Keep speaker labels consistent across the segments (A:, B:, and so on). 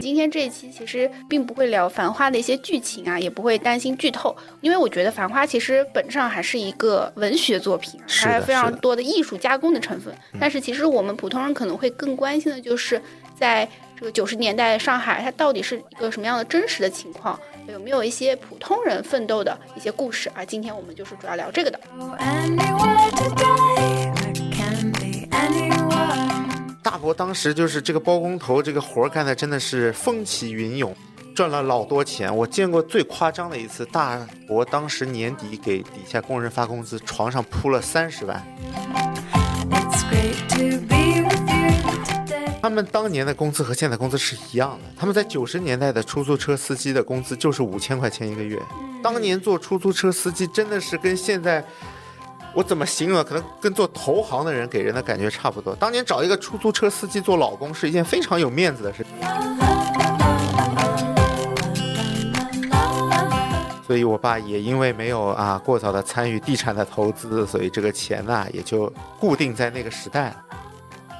A: 今天这一期其实并不会聊《繁花》的一些剧情啊，也不会担心剧透，因为我觉得《繁花》其实本质上还是一个文学作品，
B: 是
A: 它
B: 的
A: 还有非
B: 是
A: 常
B: 的
A: 多的艺术加工的成分。但是其实我们普通人可能会更关心的就是在这个九十年代的上海，它到底是一个什么样的真实的情况，有没有一些普通人奋斗的一些故事啊？今天我们就是主要聊这个的。
C: Anywhere today, I can be anyone.
B: 大伯当时就是这个包工头这个活儿干的真的是风起云涌，赚了老多钱。我见过最夸张的一次，大伯当时年底给底下工人发工资，床上铺了三十万。
C: It's great to be with you today.
B: 他们当年的工资和现在工资是一样的。他们在九十年代的出租车司机的工资就是五千块钱一个月。当年做出租车司机真的是跟现在，我怎么形容啊？可能跟做投行的人给人的感觉差不多。当年找一个出租车司机做老公是一件非常有面子的事。所以，我爸也因为没有啊过早的参与地产的投资，所以这个钱呐、也就固定在那个时代了。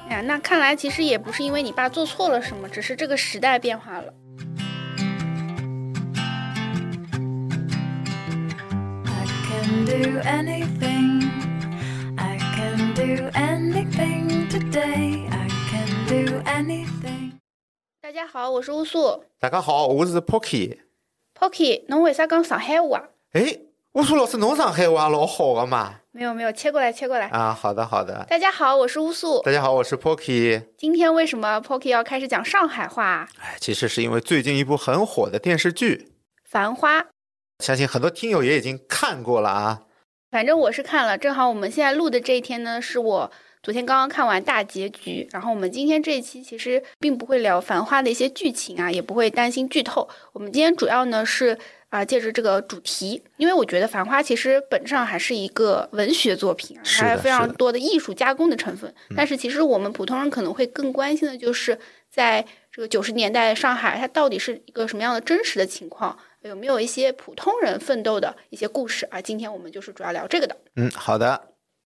A: 哎呀，那看来其实也不是因为你爸做错了什么，只是这个时代变化了。
C: I can do anything. I can do anything today. I can do anything.
A: 大家好，我是乌素
B: 大家好，我是 Pocky。
A: Pocky，侬为啥讲上海话啊？
B: 哎，乌苏老师，侬上海话啊老好的嘛？
A: 没有没有，切过来切过来。
B: 啊，好的好的。
A: 大家好，我是乌素。
B: 大家好，我是 Pocky。
A: 今天为什么 Pocky 要开始讲上海话啊？
B: 哎，其实是因为最近一部很火的电视剧，
A: 繁花，
B: 相信很多听友也已经看过了啊。
A: 反正我是看了。正好我们现在录的这一天呢，是我昨天刚刚看完大结局。然后我们今天这一期其实并不会聊繁花的一些剧情啊，也不会担心剧透。我们今天主要呢是啊、借着这个主题，因为我觉得繁花其实本质上还是一个文学作品啊，
B: 是
A: 它还有
B: 的
A: 非常
B: 是的嗯
A: 多的艺术加工的成分。但是其实我们普通人可能会更关心的就是在这个九十年代上海，它到底是一个什么样的真实的情况？有没有一些普通人奋斗的一些故事啊？今天我们就是主要聊这个的。
B: 嗯，好的。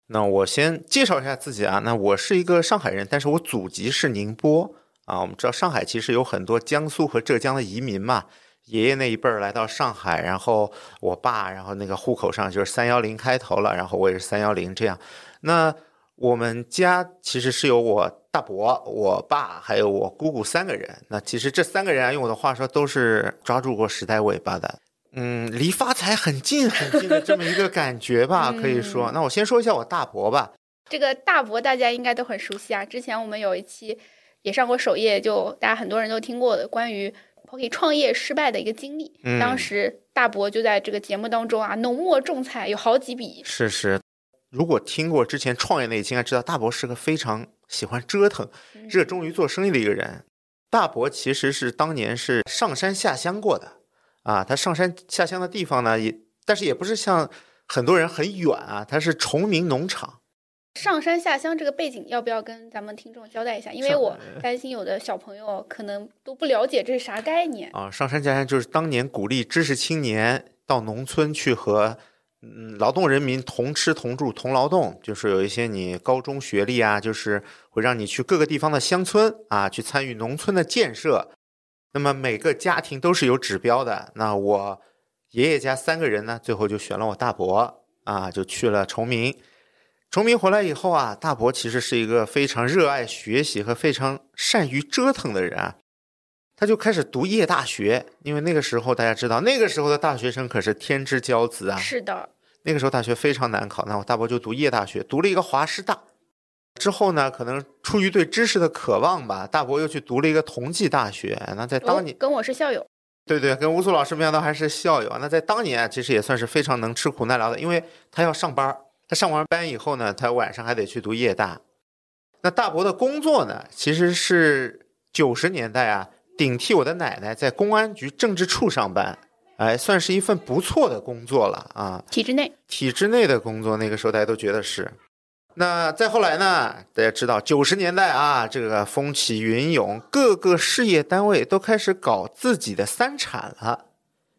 B: 那我先介绍一下自己啊。那我是一个上海人，但是我祖籍是宁波啊。我们知道上海其实有很多江苏和浙江的移民嘛。爷爷那一辈儿来到上海，然后我爸，然后那个户口上就是三幺零开头了，然后我也是三幺零这样。那我们家其实是有我大伯、我爸还有我姑姑三个人。那其实这三个人啊，用我的话说，都是抓住过时代尾巴的。嗯，离发财很近很近的这么一个感觉吧，可以说。那我先说一下我大伯吧。
A: 这个大伯大家应该都很熟悉啊，之前我们有一期也上过首页，就大家很多人都听过的关于 Pocky 创业失败的一个经历。
B: 嗯
A: 当时大伯就在这个节目当中啊，浓墨重彩有好几笔。
B: 是是，如果听过之前创业那一期，应该知道大伯是个非常喜欢折腾、
A: 嗯
B: 热衷于做生意的一个人。大伯其实是当年是上山下乡过的啊，他上山下乡的地方呢，也但是也不是像很多人很远啊，他是崇明农场。
A: 上山下乡这个背景要不要跟咱们听众交代一下？因为
B: 上
A: 我担心有的小朋友可能都不了解这是啥概念。
B: 啊，上山下乡就是当年鼓励知识青年到农村去和嗯劳动人民同吃同住同劳动，就是有一些你高中学历啊，就是会让你去各个地方的乡村啊，去参与农村的建设。那么每个家庭都是有指标的。那我爷爷家三个人呢，最后就选了我大伯啊，就去了崇明。崇明回来以后啊，大伯其实是一个非常热爱学习和非常善于折腾的人啊。他就开始读夜大学，因为那个时候大家知道，那个时候的大学生可是天之骄子啊。
A: 是的，
B: 那个时候大学非常难考，那我大伯就读夜大学，读了一个华师大。之后呢，可能出于对知识的渴望吧，大伯又去读了一个同济大学。那在
A: 哦
B: 当年，，
A: 跟我是校友。
B: 对对，跟乌苏老师没想到还是校友啊。那在当年啊，其实也算是非常能吃苦耐劳的，因为他要上班儿，他上完班以后呢，他晚上还得去读夜大。那大伯的工作呢，其实是九十年代啊，顶替我的奶奶在公安局政治处上班，哎，算是一份不错的工作了啊。
A: 体制内，
B: 体制内的工作，那个时候大家都觉得是。那再后来呢？大家知道，九十年代啊，这个风起云涌，各个事业单位都开始搞自己的三产了。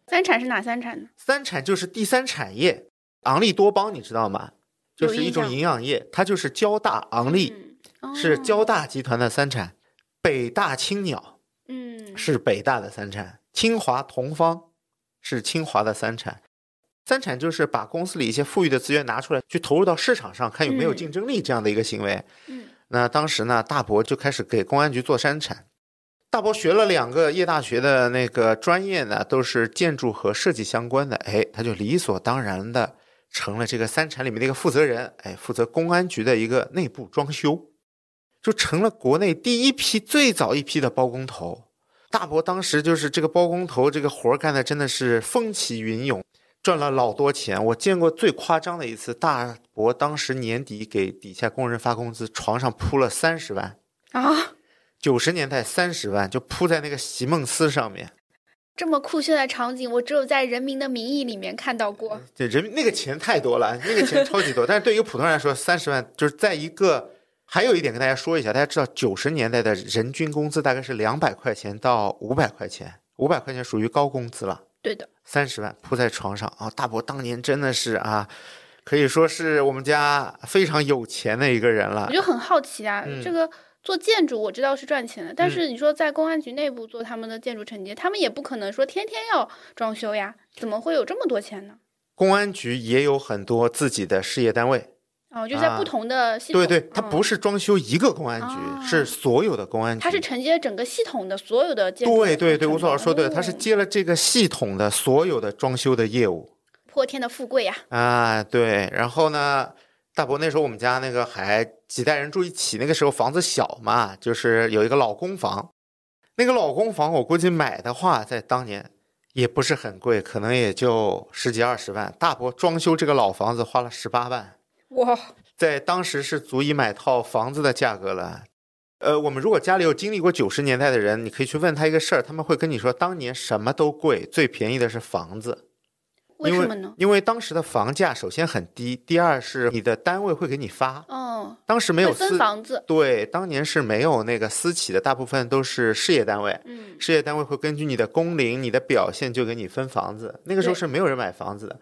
A: 三产是哪三产呢？
B: 三产就是第三产业，昂立多邦，你知道吗？就是一
A: 有印
B: 种
A: 象
B: 营养液，它就是交大昂立，
A: 嗯，
B: 是
A: 交
B: 交大集团的三产，北大青鸟，
A: 嗯，
B: 是北大的三产，清华同方是清华的三产。三产就是把公司里一些富裕的资源拿出来，去投入到市场上，看有没有
A: 嗯
B: 竞争力这样的一个行为。
A: 嗯
B: 那当时呢，大伯就开始给公安局做山产。大伯学了两个夜大学的那个专业呢，都是建筑和设计相关的，哎，他就理所当然的成了这个三产里面的一个负责人，哎，负责公安局的一个内部装修，就成了国内第一批最早一批的包工头。大伯当时就是这个包工头，这个活儿干的真的是风起云涌，赚了老多钱。我见过最夸张的一次，大伯当时年底给底下工人发工资，床上铺了三十万，
A: 啊，
B: 九十年代三十万就铺在那个席梦思上面。
A: 这么酷炫的场景，我只有在《人民的名义》里面看到过。
B: 对，人民那个钱太多了，那个钱超级多。但 是对于一个普通人来说，三十万就是在一个。还有一点跟大家说一下，大家知道九十年代的人均工资大概是两百块钱到五百块钱，五百块钱属于高工资了。
A: 对的，
B: 三十万铺在床上啊！大伯当年真的是啊，可以说是我们家非常有钱的一个人了
A: 我。就很好奇啊，
B: 嗯
A: 这个做建筑我知道是赚钱的，但
B: 嗯
A: 是你说在公安局内部做他们的建筑承接，他们也不可能说天天要装修呀，怎么会有这么多钱呢？
B: 公安局也有很多自己的事业单位，
A: 哦，就在
B: 啊
A: 不同的系统，
B: 对对，它
A: 嗯
B: 不是装修一个公安局，
A: 啊
B: 是所有的公安局。
A: 它是承接整个系统的所有的建筑。
B: 对对对，吴总老师说对了，
A: 哦
B: 它是接了这个系统的所有的装修的业务
A: 破天的富 贵呀、
B: 啊。对，然后呢，大伯那时候我们家那个还几代人住一起，那个时候房子小嘛，就是有一个老公房，那个老公房，我估计买的话，在当年也不是很贵，可能也就十几二十万。大伯装修这个老房子花了十八万，
A: 哇，
B: 在当时是足以买套房子的价格了。呃，我们如果家里有经历过九十年代的人，你可以去问他一个事儿，他们会跟你说，当年什么都贵，最便宜的是房子。
A: 为
B: 因
A: 什么呢？
B: 因为当时的房价首先很低，第二是你的单位会给你发，
A: 哦，
B: 当时没
A: 会
B: 有
A: 分
B: 私
A: 房子，
B: 对，当年是没有那个私企的，大部分都是事业单位。
A: 嗯，
B: 事业单位会根据你的工龄、你的表现就给你分房子。那个时候
A: 对
B: 是没有人买房子的，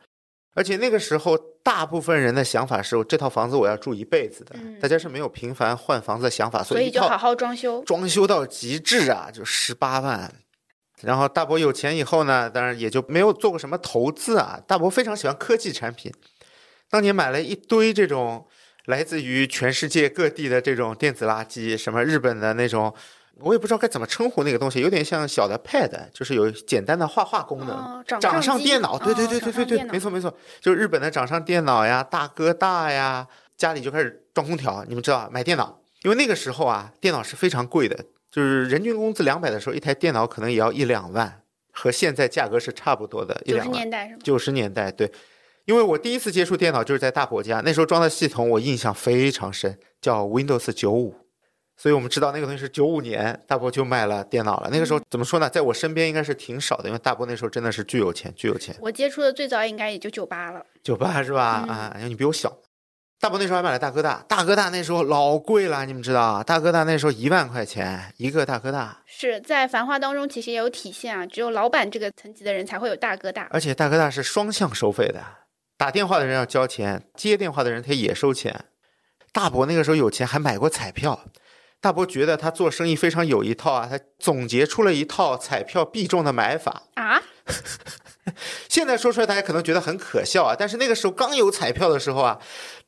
B: 而且那个时候大部分人的想法是，我这套房子我要住一辈子的，
A: 嗯
B: 大家是没有频繁换房子的想法，
A: 所
B: 以
A: 以
B: 一
A: 就好
B: 套
A: 好装修。
B: 装修到极致啊，就十八万。然后大伯有钱以后呢，当然也就没有做过什么投资啊。大伯非常喜欢科技产品，当年买了一堆这种来自于全世界各地的这种电子垃圾，什么日本的那种，我也不知道该怎么称呼那个东西，有点像小的 Pad，就是有简单的画画功能。
A: 哦，掌
B: 掌
A: 上
B: 上
A: 机
B: 电脑，对对对对对对，没。
A: 哦掌上电脑
B: 错没错，就是日本的掌上电脑呀、大哥大呀，家里就开始装空调。你们知道，买电脑，因为那个时候啊，电脑是非常贵的，就是人均工资两百的时候，一台电脑可能也要一两万，和现在价格是差不多的，一
A: 九十
B: 两万。
A: 年代是吗？
B: 九十年代，对，因为我第一次接触电脑就是在大伯家，那时候装的系统我印象非常深，叫 Windows 九五，所以我们知道那个东西是九五年，大伯就卖了电脑了。那个时候怎么说呢，在我身边应该是挺少的，因为大伯那时候真的是巨有钱，巨有钱，
A: 我接触的最早应该也就九八了。
B: 九八是吧？
A: 嗯
B: 啊，因为你比我小。大伯那时候还买了大哥大，大哥大那时候老贵了，你们知道，啊大哥大那时候一万块钱一个大哥大，
A: 是在《繁花》当中，其实也有体现啊，只有老板这个层级的人才会有大哥大。
B: 而且大哥大是双向收费的，打电话的人要交钱，接电话的人他也收钱。大伯那个时候有钱，还买过彩票。大伯觉得他做生意非常有一套啊，他总结出了一套彩票必中的买法。
A: 啊，
B: 现在说出来大家可能觉得很可笑啊，但是那个时候刚有彩票的时候啊，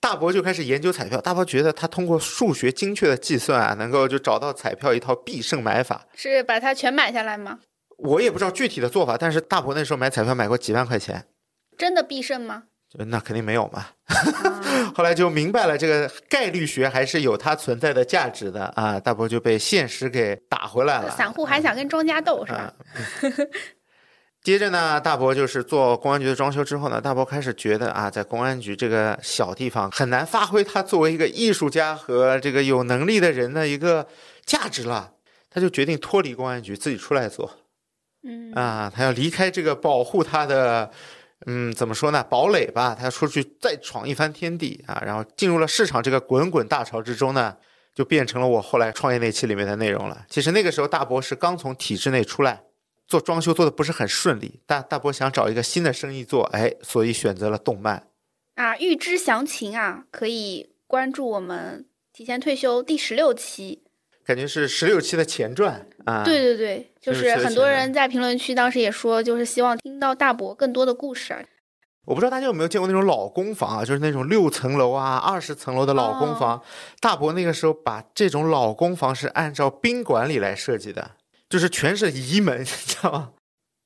B: 大伯就开始研究彩票。大伯觉得他通过数学精确的计算啊，能够就找到彩票一套必胜买法。
A: 是把它全买下来吗？
B: 我也不知道具体的做法，但是大伯那时候买彩票买过几万块钱，
A: 真的必胜吗？
B: 就那肯定没有嘛。
A: 啊
B: 后来就明白了，这个概率学还是有它存在的价值的啊！大伯就被现实给打回来了。
A: 散户还想跟庄家斗是吧
B: 啊？接着呢，大伯就是做公安局的装修之后呢，大伯开始觉得啊，在公安局这个小地方很难发挥他作为一个艺术家和这个有能力的人的一个价值了。他就决定脱离公安局，自己出来做
A: 嗯，
B: 啊！他要离开这个保护他的，嗯，怎么说呢，堡垒吧？他出去再闯一番天地啊！然后进入了市场这个滚滚大潮之中呢，就变成了我后来创业那期里面的内容了。其实那个时候，大伯是刚从体制内出来，做装修做的不是很顺利，大大伯想找一个新的生意做，哎，所以选择了动漫。
A: 啊，预知详情啊，可以关注我们提前退休第十六期
B: 感觉是十六期的前传啊。
A: 对，对对，就
B: 就是
A: 是
B: 学
A: 很多
B: 起来
A: 人在评论区当时也说，就是希望听到大伯更多的故事啊。
B: 我不知道大家有没有见过那种老公房啊，就是那种六层楼啊、二十层楼的老公房。
A: 哦
B: 大伯那个时候把这种老公房是按照宾馆里来设计的，就是全是移门， 你知道吗？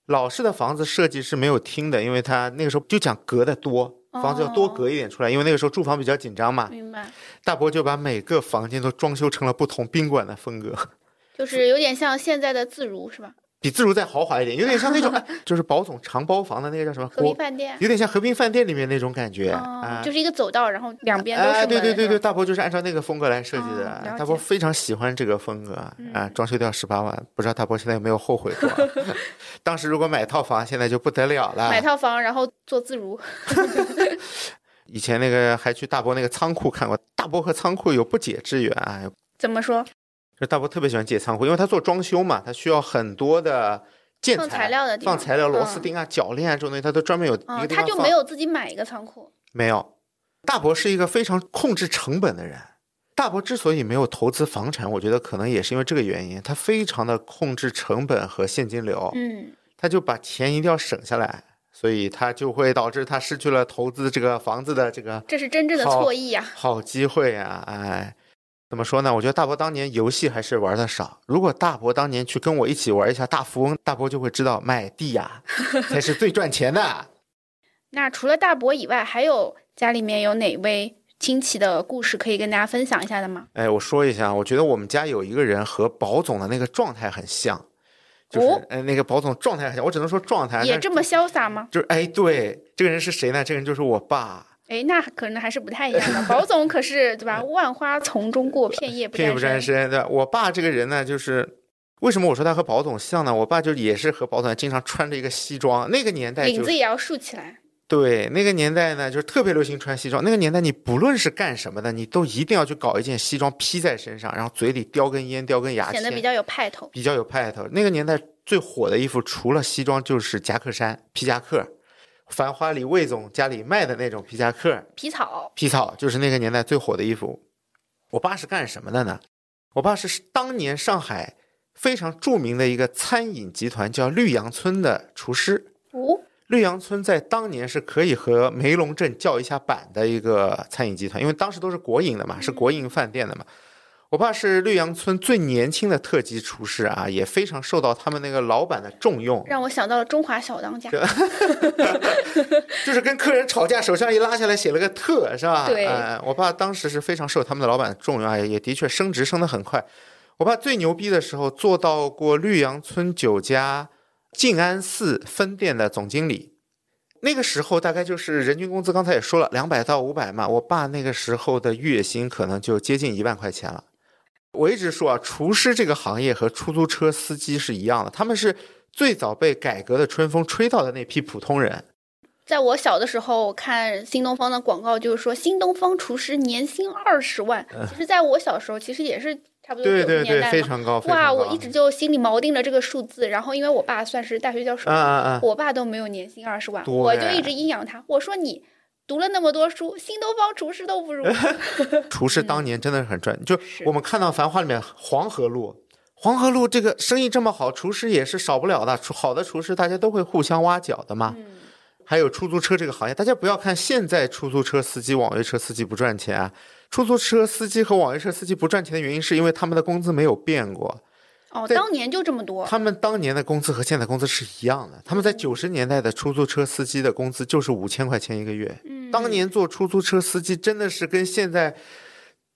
B: 老式的房子设计是没有厅的，因为他那个时候就讲隔得多，房子要多隔一点出来，因为那个时候住房比较紧张嘛。
A: 哦明白，
B: 大伯就把每个房间都装修成了不同宾馆的风格。
A: 就是有点像现在的自如是吧？
B: 比自如再豪华一点，有点像 那种哎就是宝总长包房的那个叫什么
A: 和平
B: 国，
A: 饭店，
B: 有点像和平饭店里面那种感觉
A: 哦
B: 啊，，
A: 就是一个走道，然后两边都是
B: 哎，
A: 门。
B: 对对对
A: 是
B: 对，
A: 吧，
B: 大伯就是按照那个风格来设计
A: 哦了
B: 的
A: 解，
B: 大伯非常喜欢这个风格啊
A: 嗯，
B: 装修掉十八万，不知道大伯现在有没有后悔过啊？ 当时如果买套房，现在就不得了了
A: 买。套房然后做自如，
B: 以前那个还去大伯那个仓库看过，大伯和仓库有不解之缘啊，
A: 怎么说？
B: 就大伯特别喜欢借仓库，因为他做装修嘛，他需要很多的建
A: 放材料的地
B: 放
A: 方
B: 材料、螺丝
A: 嗯
B: 钉啊、铰链啊这种东西，他都专门有一
A: 啊，
B: 个地
A: 他
B: 方
A: 就
B: 放
A: 没有自己买一个仓库，
B: 没有，大伯是一个非常控制成本的人。大伯之所以没有投资房产，我觉得可能也是因为这个原因，他非常的控制成本和现金流，
A: 嗯，
B: 他就把钱一定要省下来，所以他就会导致他失去了投资这个房子的这个
A: 这是真正的
B: 好
A: 错意呀、
B: 好机会啊！哎，怎么说呢？我觉得大伯当年游戏还是玩的少。如果大伯当年去跟我一起玩一下大富翁，大伯就会知道买地呀、才是最赚钱的。
A: 那除了大伯以外，还有家里面有哪位亲戚的故事可以跟大家分享一下的吗？
B: 哎，我说一下，我觉得我们家有一个人和宝总的那个状态很像，就是、
A: 哦
B: 呃那个宝总状态很像，我只能说状态
A: 也这么，潇洒吗
B: 但？啊是就是哎，对，这个人是谁呢？这个人就是我爸，
A: 哎，那可能还是不太一 样的。宝总可是对吧？万花丛中过，片叶不
B: 片叶不沾
A: 沾身。
B: 身，对吧？我爸这个人呢，就是为什么我说他和宝总像呢？我爸就也是和宝总经常穿着一个西装，那个年代
A: 领
B: 就
A: 子
B: 是
A: 也要竖起来，
B: 对那个年代呢，就是特别流行穿西装。那个年代，你不论是干什么的，你都一定要去搞一件西装披在身上，然后嘴里叼根烟，叼根牙签，
A: 显得比较有派头。
B: 比较有派头。那个年代最火的衣服，除了西装就是夹克衫、皮夹克，《繁花》里魏总家里卖的那种皮夹克、
A: 皮草，
B: 皮草，就是那个年代最火的衣服。我爸是干什么的呢？我爸是当年上海非常著名的一个餐饮集团叫绿杨村的厨师。
A: 哦，
B: 绿杨村在当年是可以和梅龙镇叫一下板的一个餐饮集团，因为当时都是国营的嘛，是国营饭店的嘛。我爸是绿杨村最年轻的特级厨师啊，也非常受到他们那个老板的重用，
A: 让我想到了中华小当家。
B: 就是跟客人吵架，手上一拉下来写了个特，是吧？
A: 对
B: 哎我爸当时是非常受他们的老板的重用，哎，也的确升职升得很快。我爸最牛逼的时候，做到过绿杨村酒家静安寺分店的总经理。那个时候大概就是人均工资，刚才也说了，两百到五百嘛。我爸那个时候的月薪可能就接近一万块钱了。我一直说啊，厨师这个行业和出租车司机是一样的，他们是最早被改革的春风吹到的那批普通人。
A: 在我小的时候，我看新东方的广告，就是说新东方厨师年薪二十万。其实，在我小时候，其实也是差不
B: 嗯
A: 多
B: 对
A: 九
B: 对
A: 十
B: 对，
A: 年代
B: 非
A: 嘛
B: 常高，非
A: 哇，
B: 常
A: 我
B: 高
A: 一直就心里锚定了这个数字，然后因为我爸算是大学教授，
B: 啊啊啊！
A: 我爸都没有年薪二十万，
B: 对
A: 我就一直阴阳他，我说你读了那么多书，新东方厨师都不如。
B: 嗯厨
A: 嗯
B: 师当年真的是很赚，就是我们看到《繁花》里面黄河路，黄河路这个生意这么好，厨师也是少不了的。厨好的厨师，大家都会互相挖角的嘛。
A: 嗯，
B: 还有出租车这个行业，大家不要看现在出租车司机、网约车司机不赚钱啊，出租车司机和网约车司机不赚钱的原因是因为他们的工资没有变过，
A: 哦，
B: 对
A: 当年就这么多，嗯
B: 他们当年的工资和现在工资是一样的。他们在九十年代的出租车司机的工资就是五千块钱一个月，
A: 嗯，
B: 当年做出租车司机真的是跟现在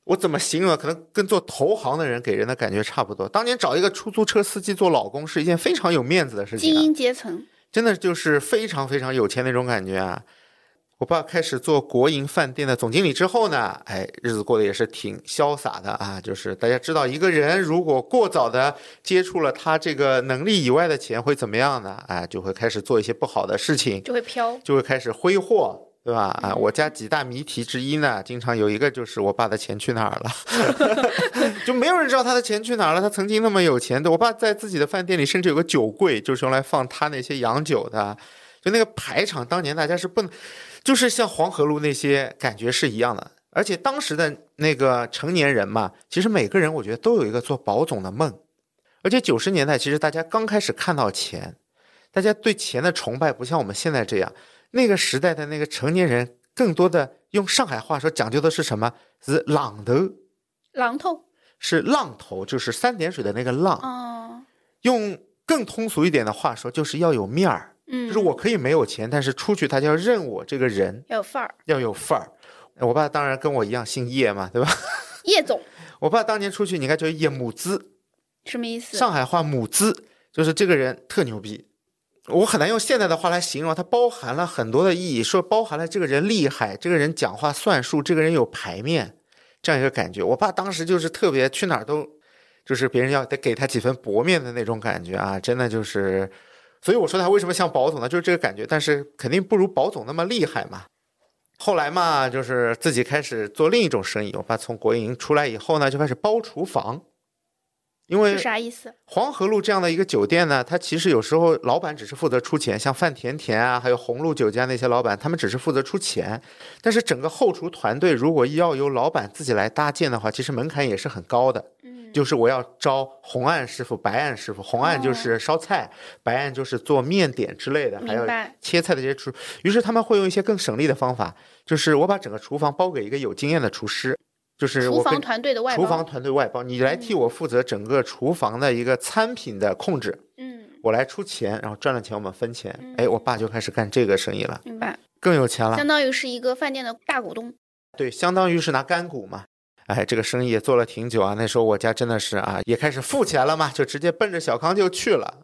B: 我怎么形容啊？可能跟做投行的人给人的感觉差不多。当年找一个出租车司机做老公是一件非常有面子的事情、
A: 精
B: 啊，
A: 英阶层，
B: 真的就是非常非常有钱那种感觉啊。我爸开始做国营饭店的总经理之后呢，哎，日子过得也是挺潇洒的啊。就是大家知道，一个人如果过早的接触了他这个能力以外的钱会怎么样呢？啊，就会开始做一些不好的事情，
A: 就会飘。
B: 就会开始挥霍，对吧？啊，我家几大谜题之一呢，经常有一个就是我爸的钱去哪儿了， 就没有人知道他的钱去哪儿了。他曾经那么有钱的，我爸在自己的饭店里甚至有个酒柜，就是用来放他那些洋酒的。啊就那个排场，当年大家是不能，就是像黄河路那些感觉是一样的。而且当时的那个成年人嘛，其实每个人我觉得都有一个做保总的梦。而且九十年代其实大家刚开始看到钱，大家对钱的崇拜不像我们现在这样。那个时代的那个成年人，更多的用上海话说讲究的是什么？是浪头，
A: 榔头，
B: 是浪头，就是三点水的那个浪。
A: 哦，
B: 用更通俗一点的话说，就是要有面儿。
A: 嗯，
B: 就是我可以没有钱，但是出去他就要认我这个人
A: 要有范儿，
B: 要有范儿。我爸当然跟我一样姓叶嘛，对吧？
A: 叶总
B: 我爸当年出去，你看就叶母资，
A: 什么意思？
B: 上海话母资，就是这个人特牛逼。我很难用现代的话来形容，它包含了很多的意义，说包含了这个人厉害，这个人讲话算数，这个人有排面，这样一个感觉。我爸当时就是特别去哪儿都，就是别人要得给他几分薄面的那种感觉啊，真的就是。所以我说他为什么像保总呢？就是这个感觉，但是肯定不如保总那么厉害嘛。后来嘛，就是自己开始做另一种生意。我爸从国营出来以后呢，就开始包厨房，因为
A: 是啥意思？
B: 黄河路这样的一个酒店呢，它其实有时候老板只是负责出钱，像范甜甜啊，还有红鹿酒家那些老板，他们只是负责出钱，但是整个后厨团队如果要由老板自己来搭建的话，其实门槛也是很高的。
A: 嗯，
B: 就是我要招红案师傅、白案师傅，红案就是烧菜，白案就是做面点之类的，还有
A: 明白
B: 切菜的这些厨。于是他们会用一些更省力的方法，就是我把整个厨房包给一个有经验的厨师，就是
A: 厨
B: 我跟
A: 房团队的外包，嗯
B: 厨房团队外包，你来替我负责整个厨房的一个餐品的控制，
A: 嗯，
B: 我来出钱，然后赚了钱我们分钱
A: 嗯。
B: 哎，我爸就开始干这个生意了，
A: 明白，
B: 更有钱了
A: 相。当于是一个饭店的大股东，
B: 对，相当于是拿干股嘛。哎，这个生意也做了挺久啊。那时候我家真的是啊，也开始付钱了嘛，就直接奔着小康就去了。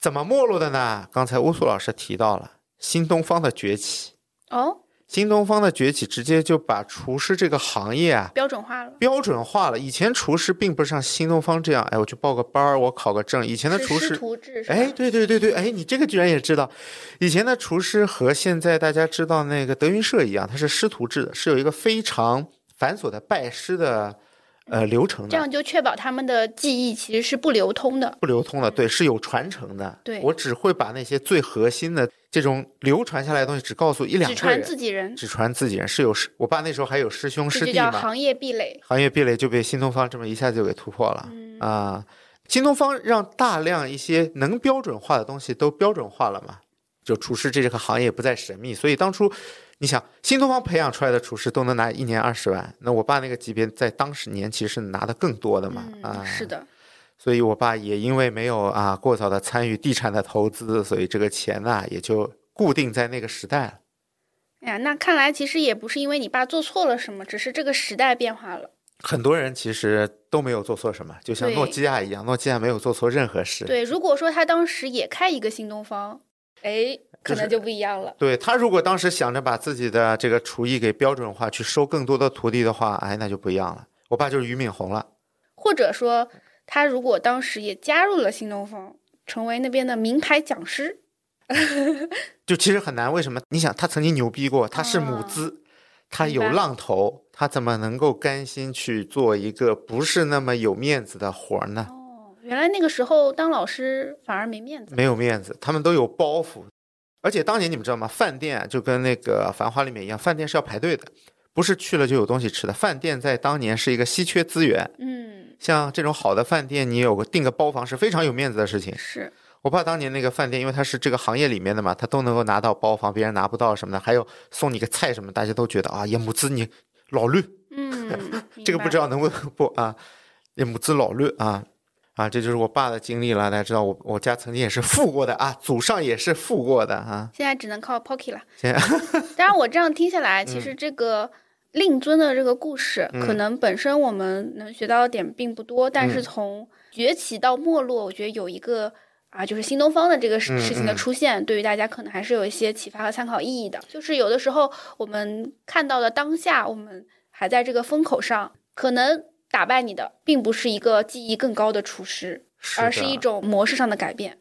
B: 怎么没落的呢？刚才乌苏老师提到了新东方的崛起，
A: 哦，
B: 新东方的崛起直接就把厨师这个行业啊
A: 标准化了，
B: 标准化了。以前厨师并不是像新东方这样，哎，我去报个班儿，我考个证。以前的
A: 是
B: 厨
A: 师
B: 师，
A: 徒制，是吧
B: 哎，，对对对对，哎，你这个居然也知道。以前的厨师和现在大家知道那个德云社一样，它是师徒制的，是有一个非常繁琐的拜师的呃流程
A: 这
B: 的，
A: 样就确保他们的技艺其实是不流通的，
B: 不流通的，对，是有传承的。
A: 对
B: 我只会把那些最核心的这种流传下来的东西，只告诉一两
A: 只
B: 个
A: 传
B: 人，
A: 自己人，
B: 只传自己人。是有师，我爸那时候还有师兄
A: 这
B: 师
A: 就
B: 弟
A: 叫
B: 嘛，
A: 行业壁垒。
B: 行业壁垒就被新东方这么一下就给突破了啊、
A: 嗯
B: 新东方让大量一些能标准化的东西都标准化了嘛，就厨师这个行业不再神秘。所以当初你想，新东方培养出来的厨师都能拿一年二十万，那我爸那个级别在当时年其实是拿的更多的嘛啊、
A: 嗯，是的，
B: 所以我爸也因为没有啊过早的参与地产的投资，所以这个钱呐、也就固定在那个时代了。
A: 哎呀，那看来其实也不是因为你爸做错了什么，只是这个时代变化了。
B: 很多人其实都没有做错什么，就像
A: 对
B: 诺基亚一样，诺基亚没有做错任何事。
A: 对，如果说他当时也开一个新东方，哎，可能就不一样了。
B: 对他如果当时想着把自己的这个厨艺给标准化，去收更多的徒弟的话，哎，那就不一样了。我爸就是俞敏洪了，
A: 或者说，他如果当时也加入了新东方，成为那边的名牌讲师，
B: 就其实很难。为什么？你想，他曾经牛逼过，他是母资，他有浪头，他怎么能够甘心去做一个不是那么有面子的活儿呢？
A: 哦，原来那个时候当老师反而没面子。
B: 没有面子，他们都有包袱。而且当年你们知道吗？饭店啊就跟那个《繁花》里面一样，饭店是要排队的，不是去了就有东西吃的。饭店在当年是一个稀缺资源，
A: 嗯，
B: 像这种好的饭店，你有个订个包房是非常有面子的事情。
A: 是
B: 我爸当年那个饭店，因为他是这个行业里面的嘛，他都能够拿到包房，别人拿不到什么的，还有送你个菜什么，大家都觉得啊，叶母子你老绿，，
A: 嗯
B: 这个不知
A: 道。
B: 道能不能不啊，叶母子老绿啊啊，这就是我爸的经历了。大家知道我我家曾经也是富过的啊，祖上也是富过的啊。
A: 现在只能靠 Pocky 了。
B: 现 在嗯
A: 当然，我这样听下来，其实这个令尊的这个故事，可能本身我们能学到的点并不多，但
B: 嗯
A: 是从崛起到没落，我觉得有一个啊，就是新东方的这个事
B: 嗯
A: 事情的出现，对于大家可能还是有一些启发和参考意义的。就是有的时候我们看到的当下，我们还在这个风口上，可能打败你的并不是一个技艺更高的厨师，而是
B: 的
A: 一种模式上的改变。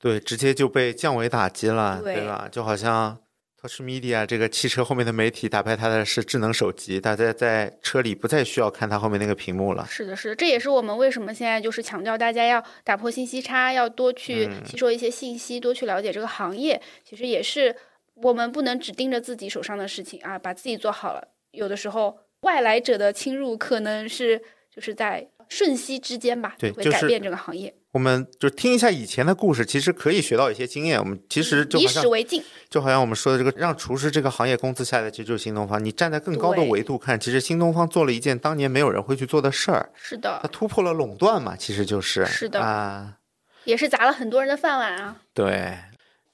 B: 对，直接就被降维打击了，对
A: 对
B: 吧？就好像 Touch Media 这个汽车后面的媒体打败它的是智能手机，大家在车里不再需要看它后面那个屏幕了。
A: 是的，是的，这也是我们为什么现在就是强调大家要打破信息差，要多去
B: 嗯
A: 吸收一些信息，多去了解这个行业。其实也是我们不能只盯着自己手上的事情啊，把自己做好了，有的时候外来者的侵入可能是就是在瞬息之间吧，
B: 对
A: 会
B: 就
A: 改
B: 是
A: 变整个行业，
B: 我们就听一下以前的故事，其实可以学到一些经验。我们其实就好
A: 以
B: 像
A: 嗯史为镜。
B: 就好像我们说的这个，让厨师这个行业工资下来，其实就是新东方。你站在更高的
A: 对
B: 维度看，其实新东方做了一件当年没有人会去做的事儿，
A: 是
B: 它
A: 的，
B: 突破了垄断嘛，其实就是
A: 是的
B: 啊，
A: 也是砸了很多人的饭碗啊。
B: 对。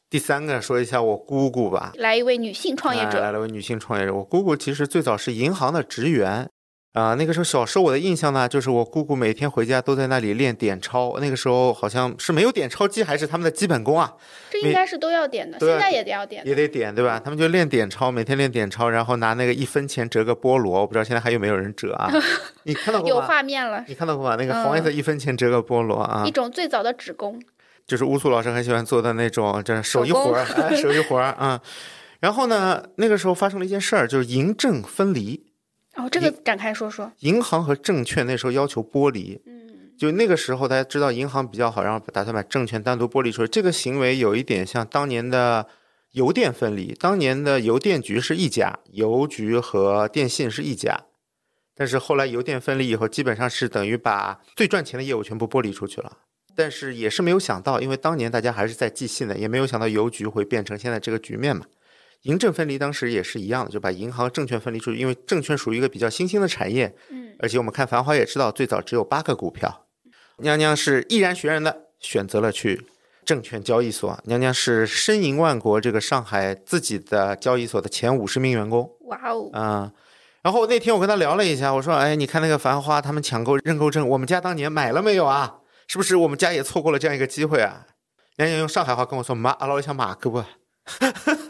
B: 第三个说一下我姑姑吧，
A: 来一位女性创业
B: 啊来
A: 者，
B: 了位女性创业者。我姑姑其实最早是银行的职员。啊、那个时候小时候我的印象呢，就是我姑姑每天回家都在那里练点钞。那个时候好像是没有点钞机，还是他们的基本功啊，
A: 这应该是都要点的，
B: 对啊
A: 现在也得要点的
B: 也得点对吧？他们就练点钞，每天练点钞，然后拿那个一分钱折个菠萝。我不知道现在还有没有人折 啊？你看到
A: 有
B: 过吗？
A: 画面了，
B: 你看到过吗？那个黄颜色一分钱折个菠萝啊
A: 一，种最早的纸工，
B: 就是乌苏老师很喜欢做的那种，就是手艺活儿，哎手艺活儿啊、然后呢，那个时候发生了一件事儿，就是银政分离。
A: 哦，这个展开说说。
B: 银行和证券那时候要求剥离，
A: 嗯，
B: 就那个时候大家知道银行比较好，然后打算把证券单独剥离出来。这个行为有一点像当年的邮电分离，当年的邮电局是一家，邮局和电信是一家。但是后来邮电分离以后，基本上是等于把最赚钱的业务全部剥离出去了。但是也是没有想到，因为当年大家还是在寄信的，也没有想到邮局会变成现在这个局面嘛。银证分离当时也是一样的，就把银行、证券分离出去，因为证券属于一个比较新兴的产业，
A: 嗯，
B: 而且我们看《繁花》也知道，最早只有八个股票。娘娘是毅然决然的选择了去证券交易所。娘娘是申银万国这个上海自己的交易所的前五十名员工。
A: 哇哦，
B: 嗯，然后那天我跟他聊了一下，我说：“哎，你看那个《繁花》，他们抢购认购证，我们家当年买了没有啊？是不是我们家也错过了这样一个机会啊？”娘娘用上海话跟我说：“妈，阿拉一下马哥啊不？”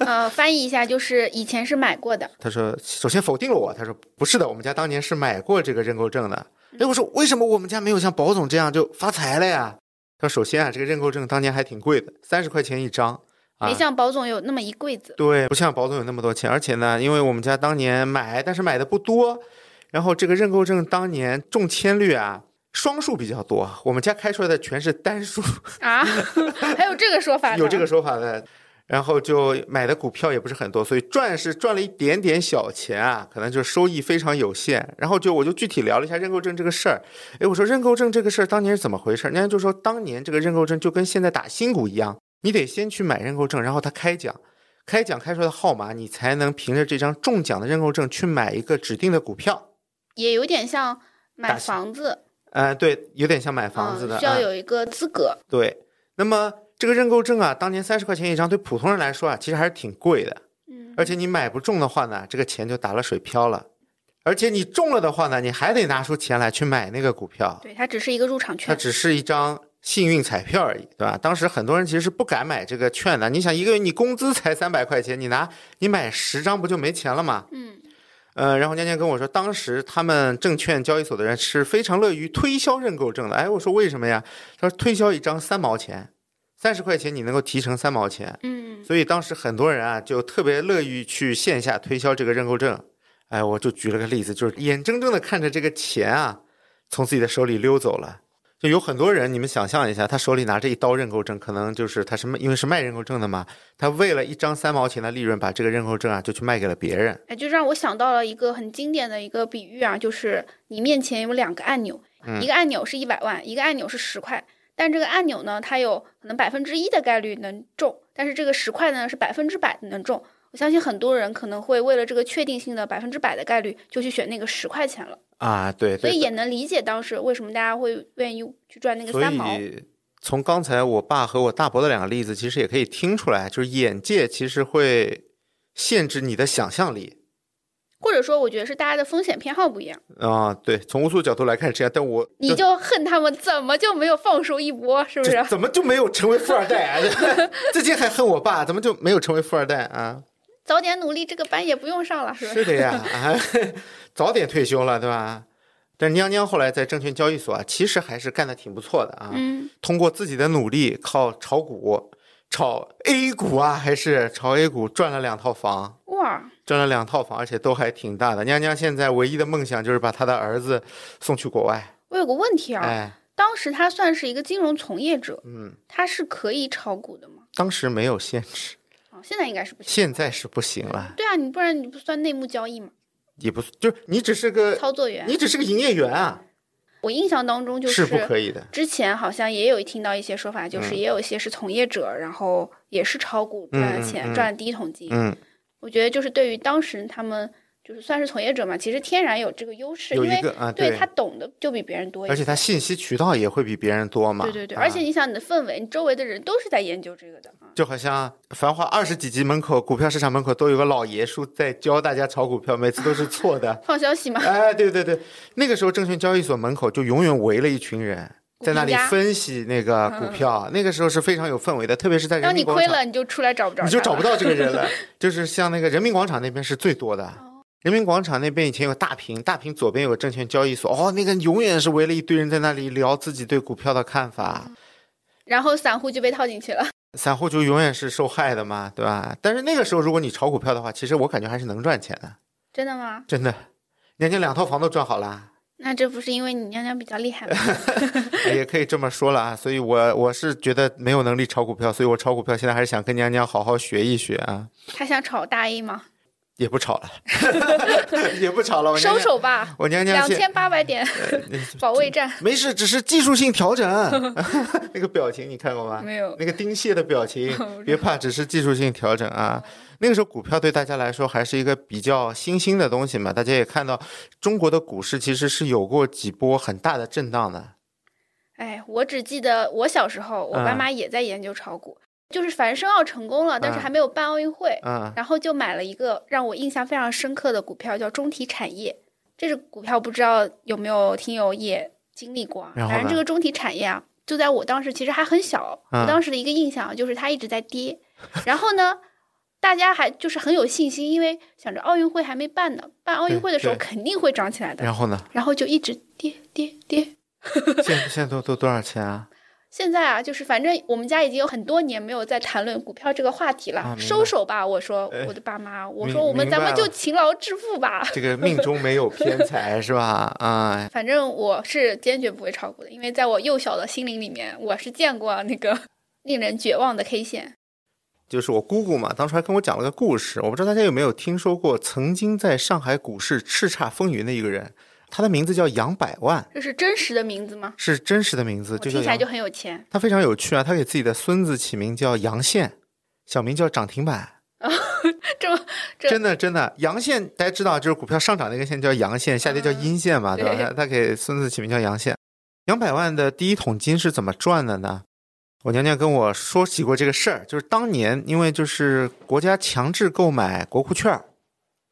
A: 呃，翻译一下就是以前是买过的，
B: 他说，首先否定了我，他说不是的，我们家当年是买过这个认购证的。
A: 嗯
B: 哎，我说为什么我们家没有像宝总这样就发财了呀？他说，首先啊，这个认购证当年还挺贵的，三十块钱一张，啊
A: 没像宝总有那么一柜子。
B: 对，不像宝总有那么多钱。而且呢，因为我们家当年买，但是买的不多，然后这个认购证当年中签率啊。双数比较多，我们家开出来的全是单数，
A: 啊，还有这个说法呢？
B: 有这个说法的。然后就买的股票也不是很多，所以赚是赚了一点点小钱啊，可能就是收益非常有限。然后就我就具体聊了一下认购证这个事儿，哎，我说认购证这个事儿当年是怎么回事儿？人家就说当年这个认购证就跟现在打新股一样，你得先去买认购证，然后他开奖，开奖开出来的号码，你才能凭着这张中奖的认购证去买一个指定的股票。
A: 也有点像买
B: 打新
A: 房子，
B: 呃，对，有点像买房子的，
A: 嗯，需要
B: 嗯
A: 有一个资格。
B: 对。那么这个认购证啊，当年三十块钱一张，对普通人来说啊，其实还是挺贵的。
A: 嗯，
B: 而且你买不中的话呢，这个钱就打了水漂了。而且你中了的话呢，你还得拿出钱来去买那个股票，
A: 对，它只是一个入场
B: 它
A: 券。
B: 只是一张幸运彩票而已，对吧？当时很多人其实是不敢买这个券的。你想，一个月你工资才三百块钱，你拿你买十张不就没钱了吗？
A: 嗯，
B: 呃，然后娘娘跟我说，当时他们证券交易所的人是非常乐于推销认购证的。哎，我说为什么呀？他说推销一张三毛钱，三十块钱你能够提成三毛钱，
A: 嗯，
B: 所以当时很多人啊，就特别乐于去线下推销这个认购证。哎，我就举了个例子，就是眼睁睁的看着这个钱啊，从自己的手里溜走了。就有很多人，你们想象一下，他手里拿着一刀认购证，可能就是他是卖因为是卖认购证的嘛，他为了一张三毛钱的利润，把这个认购证啊就去卖给了别人。
A: 哎，就让我想到了一个很经典的一个比喻啊，就是你面前有两个按钮，
B: 嗯
A: 一个按钮是一百万，一个按钮是十块。但这个按钮呢，它有可能百分之一的概率能中，但是这个十块呢是百分之百能中。我相信很多人可能会为了这个确定性的百分之百的概率，就去选那个十块钱了。
B: 啊，对，
A: 所
B: 对
A: 以也能理解当时为什么大家会愿意去赚那个
B: 所
A: 三毛。
B: 以从刚才我爸和我大伯的两个例子，其实也可以听出来，就是眼界其实会限制你的想象力。
A: 或者说，我觉得是大家的风险偏好不一样。
B: 啊、对，从乌苏角度来看是这样，但我
A: 你就恨他们怎么就没有放手一搏，是不啊
B: 这
A: 是？
B: 怎么就没有成为富二代 啊？最近还恨我爸，怎么就没有成为富二代啊？
A: 早点努力，这个班也不用上了，是不
B: 是
A: 是？
B: 的呀，啊，早点退休了，对吧？但娘娘后来在证券交易所啊，其实还是干的挺不错的啊。
A: 嗯，
B: 通过自己的努力，靠炒股、炒 A 股啊，还是炒 A 股赚了两套房。
A: 哇，
B: 赚了两套房，而且都还挺大的。娘娘现在唯一的梦想就是把她的儿子送去国外。
A: 我有个问题啊，
B: 哎，
A: 当时他算是一个金融从业者，
B: 嗯，
A: 他是可以炒股的吗？
B: 当时没有限制，
A: 啊，现在应该是不行。
B: 现在是不行了。
A: 对啊，你不然你不算内幕交易嘛？
B: 也不就是你只是个
A: 操作员
B: 你。只是个营业员啊，
A: 我印象当中就是
B: 不可以的。
A: 之前好像也有听到一些说法，就是
B: 嗯
A: 也有一些是从业者，然后也是炒股赚了钱，
B: 嗯嗯嗯
A: 赚了第一桶金。
B: 嗯，
A: 我觉得就是对于当时他们就是算是从业者嘛，其实天然有这个优势，
B: 有
A: 因
B: 一
A: 为
B: 个啊，
A: 对他懂得就比别人多一
B: 而且
A: 些。
B: 他信息渠道也会比别人多嘛。
A: 对对对，
B: 啊
A: 而且你想你的氛围，你周围的人都是在研究这个的啊。。
B: 就好像《繁花》二十几集门口，股票市场门口都有个老爷叔在教大家炒股票，每次都是错的
A: 放消息嘛，
B: 哎，对对对，那个时候证券交易所门口就永远围了一群人，在那里
A: 股评家
B: 分析那个股 票，那个时候是非常有氛围的，特别是在人
A: 当
B: 民
A: 你
B: 广
A: 亏
B: 场，
A: 了，你就出来找不着，
B: 你就找不。到这个人了。 就是像那个人民广场那边是最多的。
A: 哦
B: 人民广场那边以前有大屏，大屏左边有个证券交易所，哦，那个永远是围了一堆人在那里聊自己对股票的看法。
A: 嗯然后散户就被套进去了。
B: 散户就永远是受害的嘛，对吧？但是那个时候，如果你炒股票的话，其实我感觉还是能赚钱的，
A: 真的吗？
B: 真的。娘娘两套房都赚好啦，
A: 那这不是因为你娘娘比较厉害吗？
B: 也可以这么说了啊。所以我我是觉得没有能力炒股票，所以我炒股票现在还是想跟娘娘好好学一学啊。
A: 她想炒大 A 吗？
B: 也不炒了， 也不炒了， 我娘
A: 收
B: 娘。
A: 手吧，
B: 我娘娘
A: 两
B: 现
A: 千八百 点保卫战
B: 没事，只是技术性调 整。那个表情你看过吗？
A: 没有。
B: 那个丁蟹的表情
A: 我知道，
B: 别怕，只是技术性调整啊。那个时候股票对大家来说还是一个比较新兴的东西嘛，大家也看到中国的股市其实是有过几波很大的震荡的。
A: 哎，我只记得我小时候，我爸
B: 嗯
A: 妈也在研究炒股，就是凡申奥成功了，但是
B: 嗯
A: 还没有办奥运会，
B: 嗯，
A: 然后就买了一个让我印象非常深刻的股票，叫中体产业。这只股票不知道有没有听友也经历过啊？
B: 然后
A: 反正
B: 呢
A: 这个中体产业啊，就在我当时其实还很小，
B: 嗯
A: 我当时的一个印象啊就是它一直在跌。然后呢，大家还就是很有信心，因为想着奥运会还没办呢，办奥运
B: 对
A: 会的时候
B: 对
A: 肯定会涨起来的。
B: 然后呢？
A: 然后就一直跌跌跌。
B: 现现在都都多少钱啊？
A: 现在啊，就是反正我们家已经有很多年没有再谈论股票这个话题了，
B: 啊明白
A: 收手吧！我说
B: 哎
A: 我的爸妈，我
B: 明
A: 说我们
B: 明
A: 咱
B: 白
A: 们就
B: 了
A: 勤劳致富吧。
B: 这个命中没有偏财是吧？啊、
A: 反正我是坚决不会炒股的，因为在我幼小的心灵里面，我是见过那个 令人绝望的 K 线。
B: 就是我姑姑嘛，当时还跟我讲了个故事，我不知道大家有没有听说过，曾经在上海股市叱咤风云的一个人，他的名字叫杨百万，
A: 这是真实的名字吗？
B: 是真实的名字，
A: 我
B: 就
A: 听
B: 叫
A: 起来
B: 杨
A: 就很有钱。
B: 他非常有趣啊，他给自己的孙子起名叫杨宪，小名叫涨停板。
A: 这么这
B: 真的真的，阳线大家知道，就是股票上涨那根线叫阳线，下跌叫阴线嘛，
A: 嗯
B: 对吧？
A: 对
B: 他他给孙子起名叫阳线。两百万的第一桶金是怎么赚的呢？我娘娘跟我说起过这个事儿，就是当年因为就是国家强制购买国库券儿，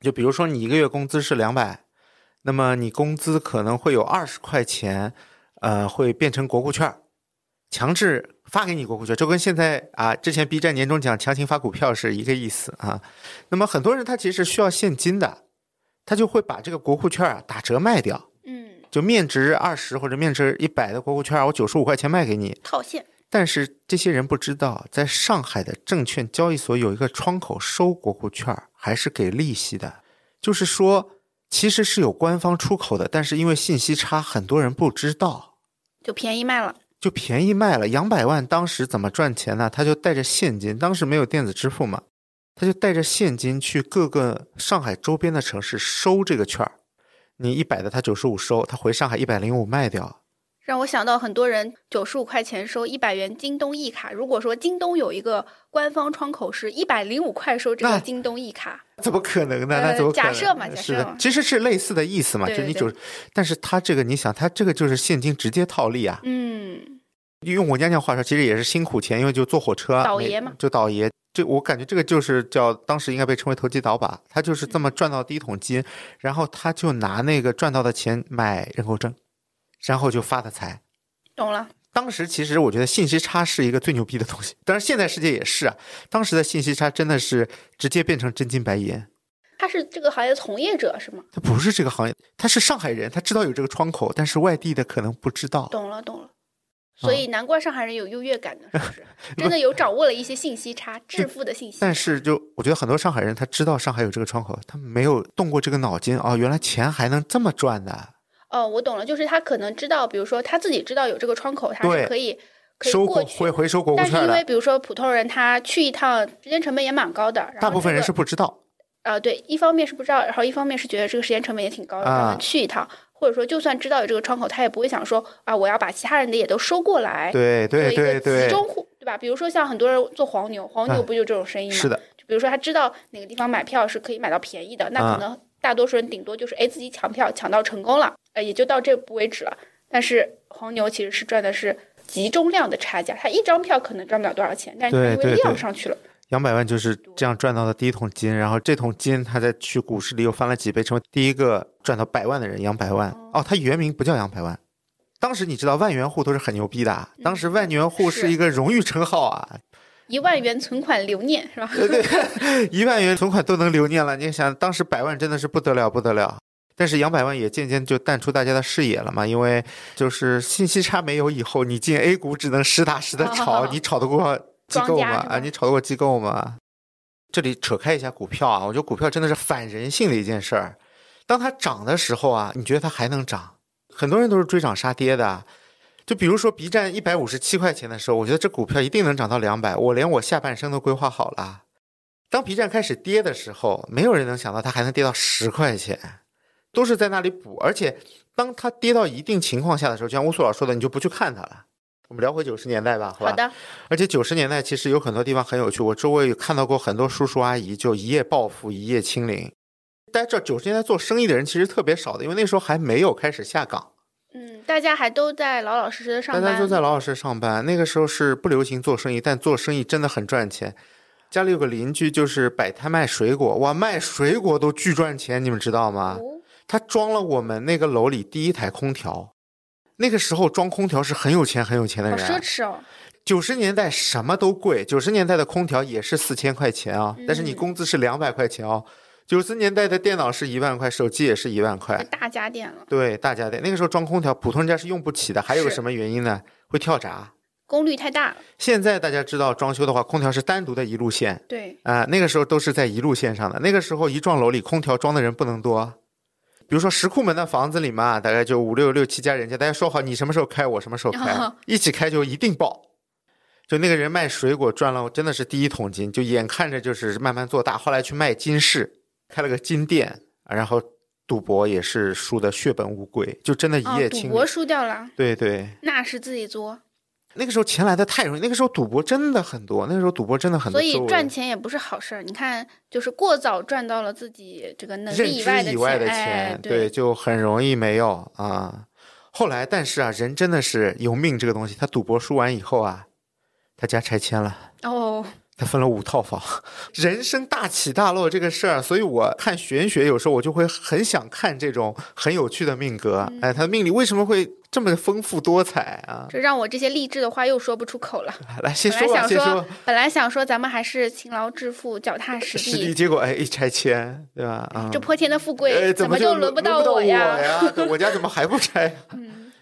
B: 就比如说你一个月工资是两百，那么你工资可能会有二十块钱，呃，会变成国库券儿，强制发给你国库券儿，就跟现在啊之前 B 站年终奖强行发股票是一个意思啊。那么很多人他其实是需要现金的，他就会把这个国库券儿啊打折卖掉，
A: 嗯
B: 就面值二十或者面值一百的国库券儿，我九十五块钱卖给你。
A: 套现，
B: 但是这些人不知道，在上海的证券交易所有一个窗口收国库券儿，还是给利息的。就是说，其实是有官方出口的，但是因为信息差，很多人不知道，
A: 就便宜卖了。
B: 就便宜卖了。杨百万当时怎么赚钱呢？他就带着现金，当时没有电子支付嘛，他就带着现金去各个上海周边的城市收这个券儿。你一百的，他九十五收，他回上海一百零五卖掉。
A: 让我想到很多人九十五块钱收一百元京东一 E 卡，如果说京东有一个官方窗口是一百零五块收这个
B: 那
A: 京东一卡，
B: 怎么可能呢？
A: 呃
B: 那怎么可能？
A: 假设嘛假设
B: 是的
A: 嘛，
B: 其实是类似的意思嘛，
A: 对
B: 就是你
A: 对
B: 九，但是他这个你想，他这个就是现金直接套利啊。
A: 嗯，
B: 用我娘娘话说，其实也是辛苦钱，因为就坐火车，
A: 倒
B: 每
A: 爷嘛
B: 就倒爷。这我感觉这个就是叫当时应该被称为投机倒把，他就是这么赚到第一桶金，然后他就拿那个赚到的钱买认购证，然后就发的财。
A: 懂了。
B: 当时其实我觉得信息差是一个最牛逼的东西，当然现在世界也是啊。当时的信息差真的是直接变成真金白银，
A: 他是这个行业的从业者是吗？
B: 他不是这个行业，他是上海人，他知道有这个窗口，但是外地的可能不知道。
A: 懂了，懂了。所
B: 嗯
A: 以难怪上海人有优越感呢，是不 是？真的有掌握了一些信息差，致富的信息。
B: 但是就我觉得很多上海人他知道上海有这个窗口，他没有动过这个脑筋啊、哦，原来钱还能这么赚的，
A: 哦，我懂了，就是他可能知道，比如说他自己知道有这个窗口，他
B: 对
A: 是可以可以
B: 收
A: 过
B: 国
A: 去
B: 回
A: 的。
B: 回收国库
A: 但是
B: 券
A: 因为
B: 的，
A: 比如说普通人他去一趟，时间成本也蛮高的，然后
B: 大部分
A: 这
B: 人
A: 个
B: 是不知道。
A: 呃，对，一方面是不知道，然后一方面是觉得这个时间成本也挺高的，让
B: 啊
A: 他去一趟，或者说就算知道有这个窗口，他也不会想说啊，我要把其他人的也都收过来，
B: 对对
A: 做一
B: 对
A: 个集
B: 对，
A: 中户，对吧？比如说像很多人做黄牛，黄
B: 哎
A: 牛不就这种生意吗？
B: 是的，
A: 就比如说他知道哪个地方买票是可以买到便宜的，那
B: 啊
A: 可能大多数人顶多就是哎自己抢票抢到成功了，呃也就到这步为止了。但是黄牛其实是赚的是集中量的差价，他一张票可能赚不了多少钱，但是他
B: 对
A: 因
B: 对
A: 为
B: 对
A: 量上去了，
B: 两百万就是这样赚到的第一桶金，然后这桶金他再去股市里又翻了几倍，成为第一个赚到百万的人，杨百万。哦，他原名不叫杨百万。当时你知道万元户都是很牛逼的啊，当时万元户是
A: 嗯是
B: 一个荣誉称号啊，
A: 一万元存款留念是吧？
B: 一万元存款都能留念了，你想当时百万真的是不得了不得了。但是杨百万也渐渐就淡出大家的视野了嘛，因为就是信息差没有以后，你进 A 股只能实打实的炒，
A: 哦
B: 你炒得过机构吗？
A: 庄家是吧
B: 啊，你炒得过机构吗？这里扯开一下股票啊，我觉得股票真的是反人性的一件事儿。当它涨的时候啊，你觉得它还能涨？很多人都是追涨杀跌的，就比如说 B 站一百五十七块钱的时候，我觉得这股票一定能涨到两百，我连我下半生都规划好了。当 B 站开始跌的时候，没有人能想到它还能跌到十块钱，都是在那里补。而且当它跌到一定情况下的时候，就像乌苏老说的，你就不去看它了。我们聊回九十年代吧，好吧？
A: 好的，
B: 而且九十年代其实有很多地方很有趣，我周围有看到过很多叔叔阿姨就一夜暴富、一夜清零。大家知道九十年代做生意的人其实特别少的，因为那时候还没有开始下岗，
A: 嗯，大家还都在老老实实的上
B: 大
A: 班，
B: 家都在老老实实上班。那个时候是不流行做生意，但做生意真的很赚钱。家里有个邻居就是摆摊卖水果，哇，卖水果都巨赚钱，你们知道吗？
A: 哦
B: 他装了我们那个楼里第一台空调。那个时候装空调是很有钱很有钱的
A: 好
B: 人，啊
A: 奢侈哦，
B: 九十年代什么都贵，九十年代的空调也是四千块钱啊，但是你
A: 嗯
B: 工资是两百块钱哦。九十年代的电脑是一万块，手机也是一万块。
A: 大家电了，
B: 对，大家的那个时候装空调，普通人家是用不起的。还有个
A: 是
B: 什么原因呢？会跳闸。
A: 功率太大了，
B: 现在大家知道装修的话，空调是单独的一路线
A: 对，
B: 啊、那个时候都是在一路线上的。那个时候一幢楼里空调装的人不能多，比如说石库门的房子里嘛，大概就五六六七家人家，大家说好你什么时候开，我什么时候开，
A: 哦
B: 一起开就一定爆。就那个人卖水果赚了，真的是第一桶金，就眼看着就是慢慢做大，后来去卖金饰，开了个金店，然后赌博也是输的血本无归，就真的一
A: 哦
B: 夜，
A: 赌
B: 清零。
A: 博输掉了，
B: 对对，
A: 那是自己作，
B: 那个时候钱来的太容易，那个时候赌博真的很多，那个时候赌博真的很多，
A: 所以
B: 周围
A: 赚钱也不是好事儿。你看，就是过早赚到了自己这个能
B: 认
A: 力
B: 知
A: 外
B: 以
A: 钱，
B: 外的
A: 哎
B: 钱，，
A: 对，
B: 就很容易没有啊、后来，但是啊，人真的是有命这个东西，他赌博输完以后啊，他家拆迁了。
A: 哦，
B: 他分了五套房， 人生大起大落这个事儿，所以我看玄学有时候我就会很想看这种很有趣的命格，
A: 嗯
B: 哎，他的命里为什么会这么丰富多彩啊？
A: 这让我这些励志的话又说不出口了。
B: 来，先
A: 本来
B: 说吧，
A: 想
B: 先
A: 说，本来想说咱们还是勤劳致富，脚踏实嗯
B: 实
A: 地
B: 地，结果哎一拆迁，对吧？啊、
A: 这泼天的富
B: 哎
A: 贵
B: 怎
A: 么
B: 就
A: 轮
B: 不
A: 到
B: 我
A: 呀？
B: 对我家怎么还不拆 呀？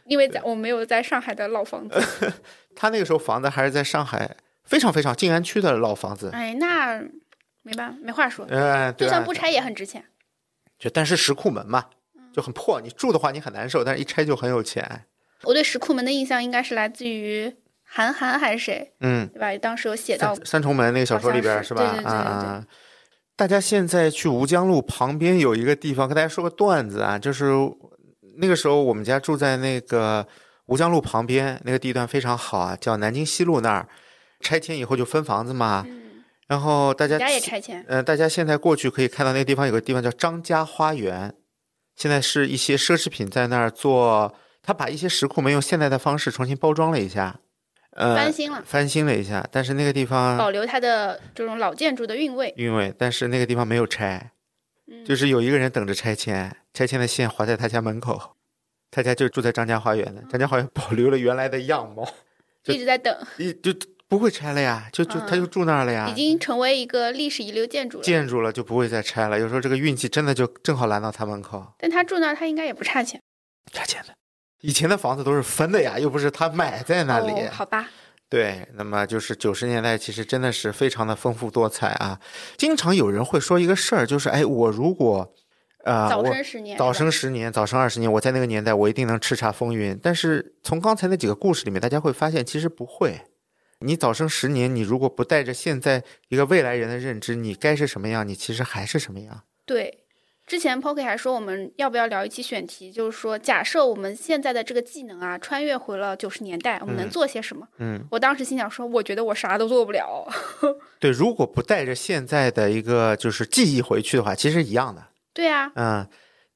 A: 因为在我没有在上海的老房
B: 呃
A: 子，
B: 他那个时候房子还是在上海非常非常静安区的老房子，
A: 哎，那没办法，没话说，
B: 嗯、对
A: 就
B: 吧
A: 算不拆嗯也很值钱。
B: 就但是石库门嘛，就很破，你住的话你很难受，但是一拆就很有钱，
A: 我对石库门的印象应该是来自于韩寒还是谁，
B: 嗯。
A: 对吧？当时有写到
B: 三三重门那个小说里边
A: 好像
B: 儿
A: 是
B: 吧？
A: 对对对
B: 啊
A: 对
B: 啊啊！大家现在去吴江路旁边有一个地方，跟大家说个段子啊，就是那个时候我们家住在那个吴江路旁边，那个地段非常好啊，叫南京西路那儿。拆迁以后就分房子嘛，然后大家
A: 人嗯家也拆迁，
B: 嗯，大家现在过去可以看到那个地方有个地方叫张家花园，现在是一些奢侈品在那儿做，他把一些石库门用现代的方式重新包装了一下，呃，
A: 翻新了。
B: 翻新了一下，但是那个地方
A: 保留它的这种老建筑的韵味。
B: 因为，但是那个地方没有拆，
A: 嗯
B: 就是有一个人等着拆迁，拆迁的线划在他家门口，他家就住在张家花园的，张家花园保留了原来的样貌， 就
A: 一直在等，
B: 一就不会拆了呀，就就他就住那儿了呀，
A: 嗯已经成为一个历史遗留建筑了。
B: 啊建筑了就不会再拆了，有时候这个运气真的就正好拦到他门口。
A: 但他住那儿，他应该也不差钱。
B: 拆迁的。以前的房子都是分的呀，又不是他买在那里。
A: 哦、好吧，
B: 对，那么就是九十年代，其实真的是非常的丰富多彩啊。经常有人会说一个事儿，就是哎，我如果呃，
A: 早
B: 我
A: 生十年。
B: 早
A: 是吧
B: 生十年，早生二十年，我在那个年代，我一定能叱咤风云。但是从刚才那几个故事里面，大家会发现其实不会。你早生十年，你如果不带着现在一个未来人的认知，你该是什么样，你其实还是什么样。
A: 对，之前 Poki 还说我们要不要聊一期选题，就是说假设我们现在的这个技能啊，穿越回了九十年代，我们能
B: 嗯
A: 做些什么？
B: 嗯，
A: 我当时心想说，我觉得我啥都做不了。
B: 对，如果不带着现在的一个就是记忆回去的话，其实一样的。
A: 对啊，
B: 嗯，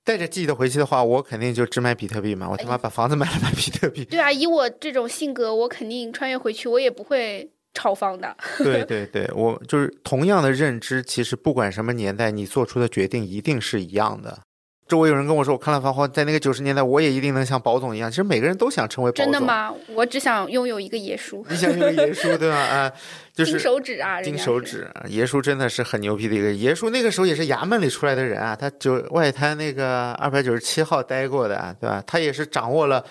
B: 带着记忆的回去的话，我肯定就只买比特币嘛，我他
A: 哎
B: 妈把房子买了买比特 币。
A: 对啊，以我这种性格，我肯定穿越回去，我也不会炒房的。
B: 对对对，我就是同样的认知，其实不管什么年代，你做出的决定一定是一样的。周围有人跟我说，我看了《繁花》，在那个九十年代，我也一定能像宝总一样。其实每个人都想成为宝总。
A: 真的？吗？我只想拥有一个爷叔，
B: 你想用爷叔对吧？啊，就是
A: 金手指啊，人
B: 金
A: 家
B: 手
A: 是。
B: 指，爷叔真的是很牛逼的一个。爷叔那个时候也是衙门里出来的人啊，他就外滩那个二百九十七号待过的啊，对吧？他也是掌握了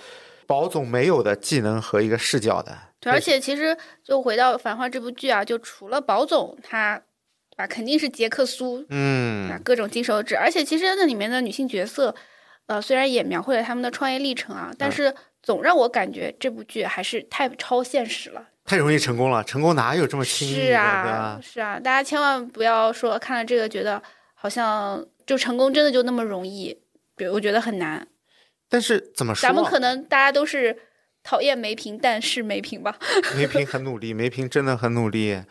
B: 保总没有的技能和一个视角的。
A: 对，而且其实就回到《繁花》这部剧啊，就除了宝总他，啊肯定是杰克苏啊
B: 嗯，
A: 各种金手指，而且其实那里面的女性角色，呃虽然也描绘了他们的创业历程啊，但
B: 嗯
A: 是总让我感觉这部剧还是太超现实了。太
B: 太容易成功了，成功哪有这么轻易的，
A: 是啊，是啊，大家千万不要说看了这个觉得好像就成功真的就那么容易，比如我觉得很难。
B: 但是怎么说啊？
A: 咱们可能大家都是讨厌梅瓶，但是梅瓶吧。
B: 梅平很努力，梅平真的很努力。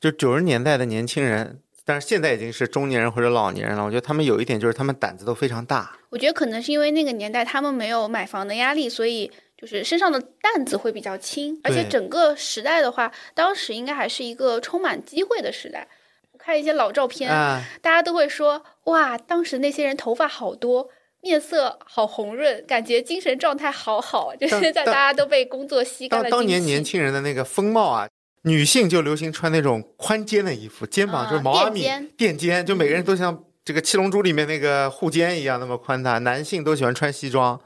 B: 就九十年代的年轻人，但是现在已经是中年人或者老年人了。我觉得他们有一点就是他们胆子都非常大。
A: 我觉得可能是因为那个年代他们没有买房的压力，所以就是身上的担子会比较轻，而且
B: 对
A: 整个时代的话，当时应该还是一个充满机会的时代。我看一些老照片，
B: 啊，
A: 大家都会说哇，当时那些人头发好多。面色好红润，感觉精神状态好好。就
B: 当
A: 现在大
B: 当
A: 家都被工作吸干
B: 当
A: 了
B: 当
A: 精
B: 年年
A: 气
B: 轻人的那个风貌啊，女性就流行穿那种宽肩的衣服，肩膀就是
A: 啊
B: 毛阿
A: 垫
B: 密
A: 肩嗯
B: 垫肩，就每个人都像这个《七龙珠》里面那个护肩一样那么宽大。男性都喜欢穿西装，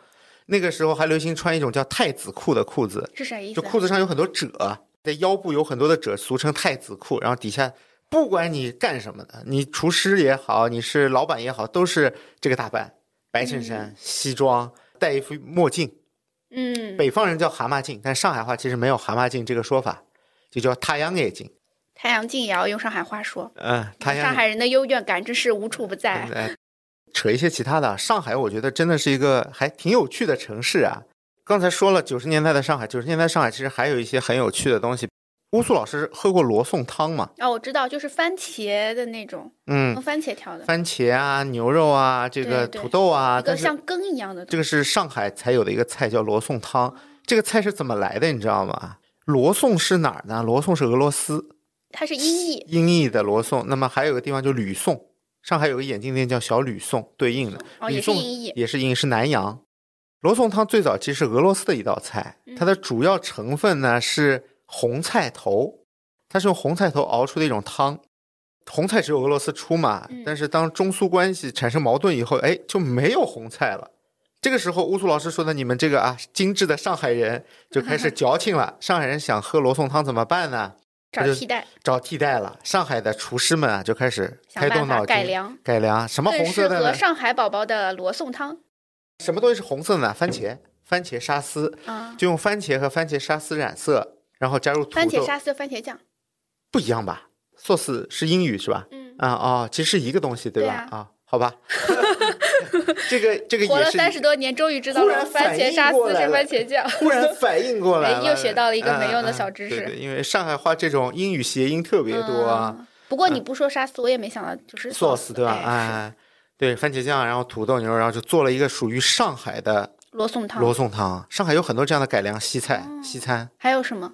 B: 那个时候还流行穿一种叫太子裤的裤子，
A: 是啥意思
B: 就
A: 啊？
B: 裤子上有很多褶，在腰部有很多的褶，俗称太子裤。然后底下不管你干什么的，你厨师也好，你是老板也好，都是这个打扮，白衬衫、西装，戴一副墨镜。
A: 嗯，
B: 北方人叫蛤蟆镜，但上海话其实没有蛤蟆镜这个说法，就叫太阳眼镜。
A: 太阳镜也要用上海话说。
B: 嗯，太阳
A: 上海人的优越感真是无处不在
B: 嗯。哎扯一些其他的啊，上海我觉得真的是一个还挺有趣的城市啊。刚才说了九十年代的上海，九十年代上海其实还有一些很有趣的东西。乌苏老师喝过罗宋汤嘛？
A: 哦，我知道，就是番茄的那种，
B: 嗯
A: 用，番茄调的，
B: 番茄啊、牛肉啊、这个
A: 哦对对
B: 土豆啊，
A: 一个
B: 但是
A: 像羹一样的东
B: 这个是上海才有的一个菜叫罗宋汤。这个菜是怎么来的，你知道吗？罗宋是哪儿呢？罗宋是俄罗斯。
A: 西，它是音译。
B: 音译的罗宋，那么还有个地方就吕宋，上海有个眼镜店叫小吕宋，对应的
A: 哦，
B: 吕
A: 也是
B: 宋
A: 音译。
B: 也是音译，是南洋。罗宋汤最早其实是俄罗斯的一道菜，
A: 嗯
B: 它的主要成分呢是红菜头，它是用红菜头熬出的一种汤。红菜只有俄罗斯出嘛
A: 嗯，
B: 但是当中苏关系产生矛盾以后，哎，就没有红菜了。这个时候，乌苏老师说的你们这个啊精致的上海人就开 始矫情了。上海人想喝罗宋汤怎么办呢？
A: 找
B: 就
A: 替代，
B: 找替代了。上海的厨师们啊，就开始
A: 想
B: 开
A: 办
B: 动脑
A: 法
B: 筋
A: 改良，
B: 改良什么
A: 更
B: 红
A: 适
B: 色的
A: 合
B: 呢？
A: 上海宝宝的罗宋汤
B: 什么东西是红色的呢？番茄，番茄沙司，
A: 啊，
B: 就用番茄和番茄沙司染色，然后加入土豆。
A: 番茄沙司、番茄酱，
B: 不一样吧？sauce 是英语是吧？
A: 嗯，
B: 啊、哦，其实是一个东西对吧？
A: 对
B: 啊，好 吧，这个这个
A: 活
B: 也
A: 了
B: 是
A: 三十多年，终于知道
B: 忽
A: 了
B: 然
A: 番
B: 反
A: 茄
B: 应
A: 沙司
B: 过来
A: 是
B: 了
A: 番茄酱。
B: 忽然反应过来
A: 哎
B: 了，
A: 又学到了一个没用的
B: 嗯嗯
A: 小知识
B: 对对，因为上海话这种英语谐音特别多啊。
A: 嗯不过你不说沙司，我也没想到就是
B: sauce 对吧？
A: 哎，
B: 哎，对，番茄酱，然后土豆牛，然后就做了一个属于上海的
A: 是罗宋汤哦
B: 罗宋汤。上海有很多这样的改良西菜、西餐。
A: 还有什么？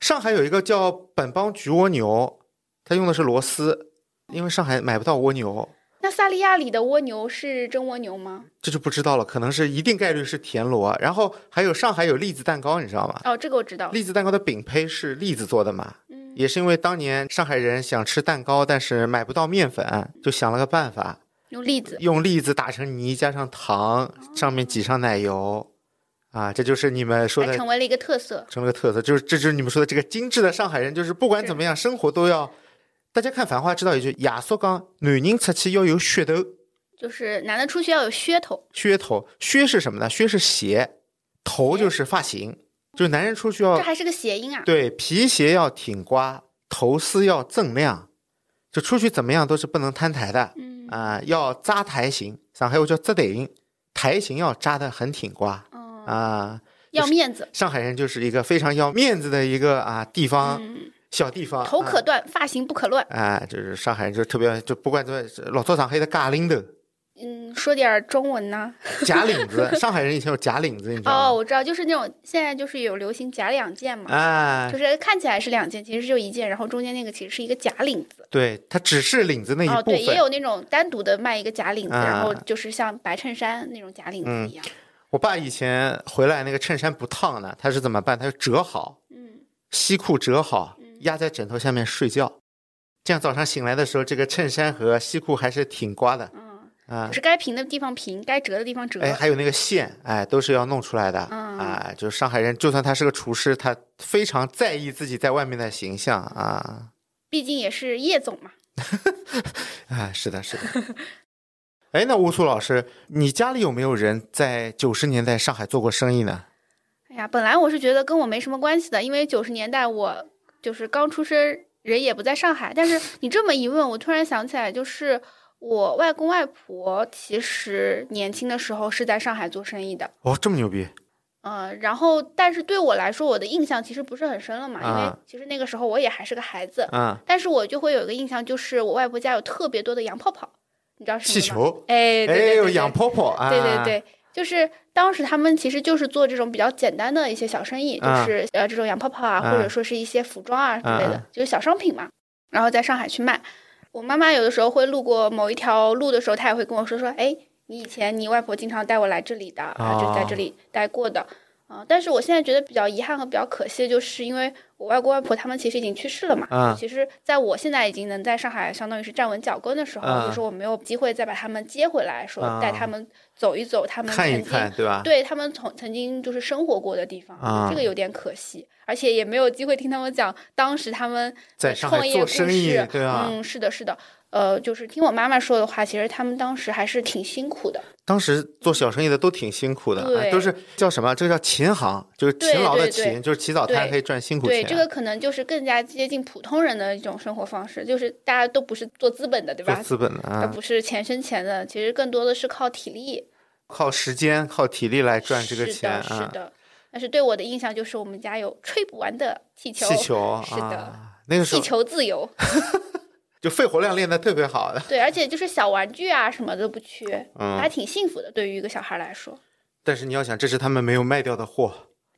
B: 上海有一个叫本帮焗蜗牛，它用的是螺丝，因为上海买不到蜗牛，
A: 那萨利亚里的蜗牛是真蜗牛吗？
B: 这就不知道了，可能是一定概率是田螺。然后还有上海有栗子蛋糕，你知道吗？
A: 哦，这个我知道。
B: 栗子蛋糕的饼胚是栗子做的嘛？
A: 嗯
B: 也是因为当年上海人想吃蛋糕，但是买不到面粉，就想了个办法，
A: 用栗子，
B: 用栗子打成泥，加上糖，上面挤上奶油，啊，这就是你们说
A: 还
B: 的
A: 哎成为了一个特色。
B: 成了个特色，就是这就是你们说的这个精致的上海人，就是不管怎么样，生活都要。大家看《繁花》知道一句，亚叔讲，男人出去要有噱头，
A: 就是男的出去要有噱头，
B: 噱头，靴是什么呢？靴是鞋，头就是发型，就是男人出去要
A: 这还是个谐音啊。
B: 哦对，皮鞋要挺刮，头丝要锃亮，就出去怎么样都是不能摊台的啊、
A: 嗯
B: 要扎台型，上海话叫扎台型，台型要扎得很挺刮啊、
A: 嗯，要
B: 是
A: 面子，
B: 上海人就是一个非常要面子的一个啊地方、
A: 嗯，
B: 小地方，
A: 头可
B: 啊
A: 断，发型不可乱。
B: 哎就是上海人就特别就不管怎么老早上海的假领头、
A: 嗯，说点儿中文呢。
B: 假领子，上海人以前有假领子，你知
A: 哦，
B: 道吗？
A: 我知道，就是那种现在就是有流行假两件嘛，
B: 哎
A: 就，是看起来是两件，其实就一件，然后中间那个其实是一个假领子。
B: 对，它只是领子那
A: 哦，
B: 一部
A: 对，也
B: 分。
A: 有那种单独的卖一个假领子，然后
B: 啊嗯
A: 就是像白衬衫那种假领子一样。
B: 我爸以前回来那个衬衫不烫呢，他是怎么办？他就折好，
A: 嗯
B: 西裤折好
A: 嗯，
B: 压在枕头下面睡觉。这样早上醒来的时候，这个衬衫和西裤还是挺刮的
A: 嗯，
B: 啊
A: 就。是该平的地方平，该折的地方折。
B: 哎，还有那个线，哎，都是要弄出来的
A: 嗯
B: 啊。就是上海人，就算他是个厨师，他非常在意自己在外面的形象啊。
A: 毕竟也是叶总嘛。
B: 哎，是的，是的。 哎，那乌苏老师，你家里有没有人在九十年代上海做过生意呢？
A: 哎呀，本来我是觉得跟我没什么关系的，因为九十年代我就是刚出生，人也不在上海。但是你这么一问，我突然想起来，就是我外公外婆其实年轻的时候是在上海做生意的。
B: 哦，这么牛逼！
A: 嗯，然后但是对我来说，我的印象其实不是很深了嘛，因为
B: 啊
A: 其实那个时候我也还是个孩子，
B: 嗯，
A: 但是我就会有一个印象，就是我外婆家有特别多的洋泡泡，你知道是什么
B: 气
A: 吗？
B: 球，
A: 哎，对对
B: 哎
A: 对
B: 呦，
A: 对
B: 养泡泡啊！
A: 对对对，就是当时他们其实就是做这种比较简单的一些小生意，就
B: 啊
A: 是呃这种洋泡泡啊，或
B: 啊
A: 者说是一些服装啊之类
B: 啊
A: 的，就是小商品嘛，然后在上海去卖。我妈妈有的时候会路过某一条路的时候，她也会跟我说说，哎，你以前你外婆经常带我来这里的啊，就在
B: 哦
A: 这里待过的。啊，但是我现在觉得比较遗憾和比较可惜，的就是因为我外公外婆他们其实已经去世了嘛。
B: 啊
A: 其实，在我现在已经能在上海相当于是站稳脚跟的时候，
B: 啊
A: 就是我没有机会再把他们接回来，说带
B: 啊
A: 他们走一走，他们曾
B: 看
A: 经
B: 一看，啊对吧？
A: 对他们从曾经就是生活过的地方，
B: 啊
A: 这个有点可惜，而且也没有机会听他们讲当时他们
B: 在
A: 的
B: 上海
A: 创业
B: 做
A: 故
B: 生意
A: 事
B: 对啊吧
A: 嗯，是的，是的。呃，就是听我妈妈说的话，其实他们当时还是挺辛苦的。
B: 当时做小生意的都挺辛苦的，
A: 对
B: 哎都是叫什么？这个叫勤行，就是勤劳的勤，
A: 对对对
B: 就是起早贪
A: 对
B: 黑赚辛苦
A: 对，
B: 钱。
A: 这个可能就是更加接近普通人的一种生活方式，就是大家都不是做资本的，对
B: 做
A: 吧？呃
B: 资本的
A: 而
B: 啊，
A: 不是钱生钱的，其实更多的是靠体力
B: 靠时间、靠体力来赚这个钱
A: 是的，是
B: 啊。
A: 的。但是对我的印象就是我们家有吹不完的气球，
B: 气球
A: 是的
B: 啊，那个时
A: 气
B: 候
A: 球自由。
B: 就肺活量练得特别好的。
A: 对，而且就是小玩具啊什么都不缺，还
B: 嗯，
A: 挺幸福的。对于一个小孩来说，
B: 但是你要想，这是他们没有卖掉的货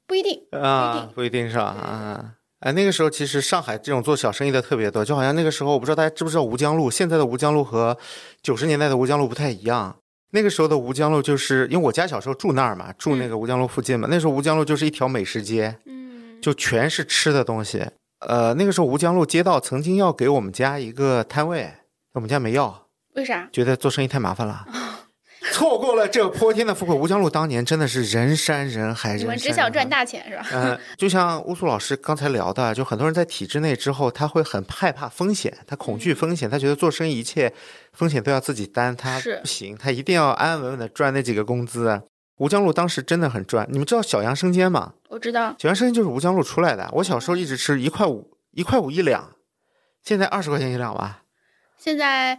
A: 不一定。
B: 啊，不一定是吧？
A: 对对对
B: 啊。哎，那个时候其实上海这种做小生意的特别多，就好像那个时候，我不知道大家知不知道吴江路，现在的吴江路和九十年代的吴江路不太一样。那个时候的吴江路，就是因为我家小时候住那儿嘛，住那个吴江路附近嘛。那时候吴江路就是一条美食街，
A: 嗯，
B: 就全是吃的东西。呃，那个时候吴江路街道曾经要给我们家一个摊位，我们家没要，
A: 为啥？
B: 觉得做生意太麻烦 了，错过了这泼天的富贵。吴江路当年真的是人山人海，人
A: 你
B: 山
A: 们
B: 人
A: 只想赚
B: 海。
A: 大钱是吧？
B: 嗯、就像乌苏老师刚才聊的，就很多人在体制内之后，他会很害怕风险，他恐
A: 嗯
B: 惧风险，他觉得做生意一切风险都要自己担，他
A: 是
B: 不行，他一定要安安稳稳的赚那几个工资。吴江路当时真的很赚，你们知道小杨生煎吗？
A: 我知道，
B: 九阳生煎就是吴江路出来的。我小时候一直吃一块五，一块五一两，现在二十块钱一两吧，
A: 现在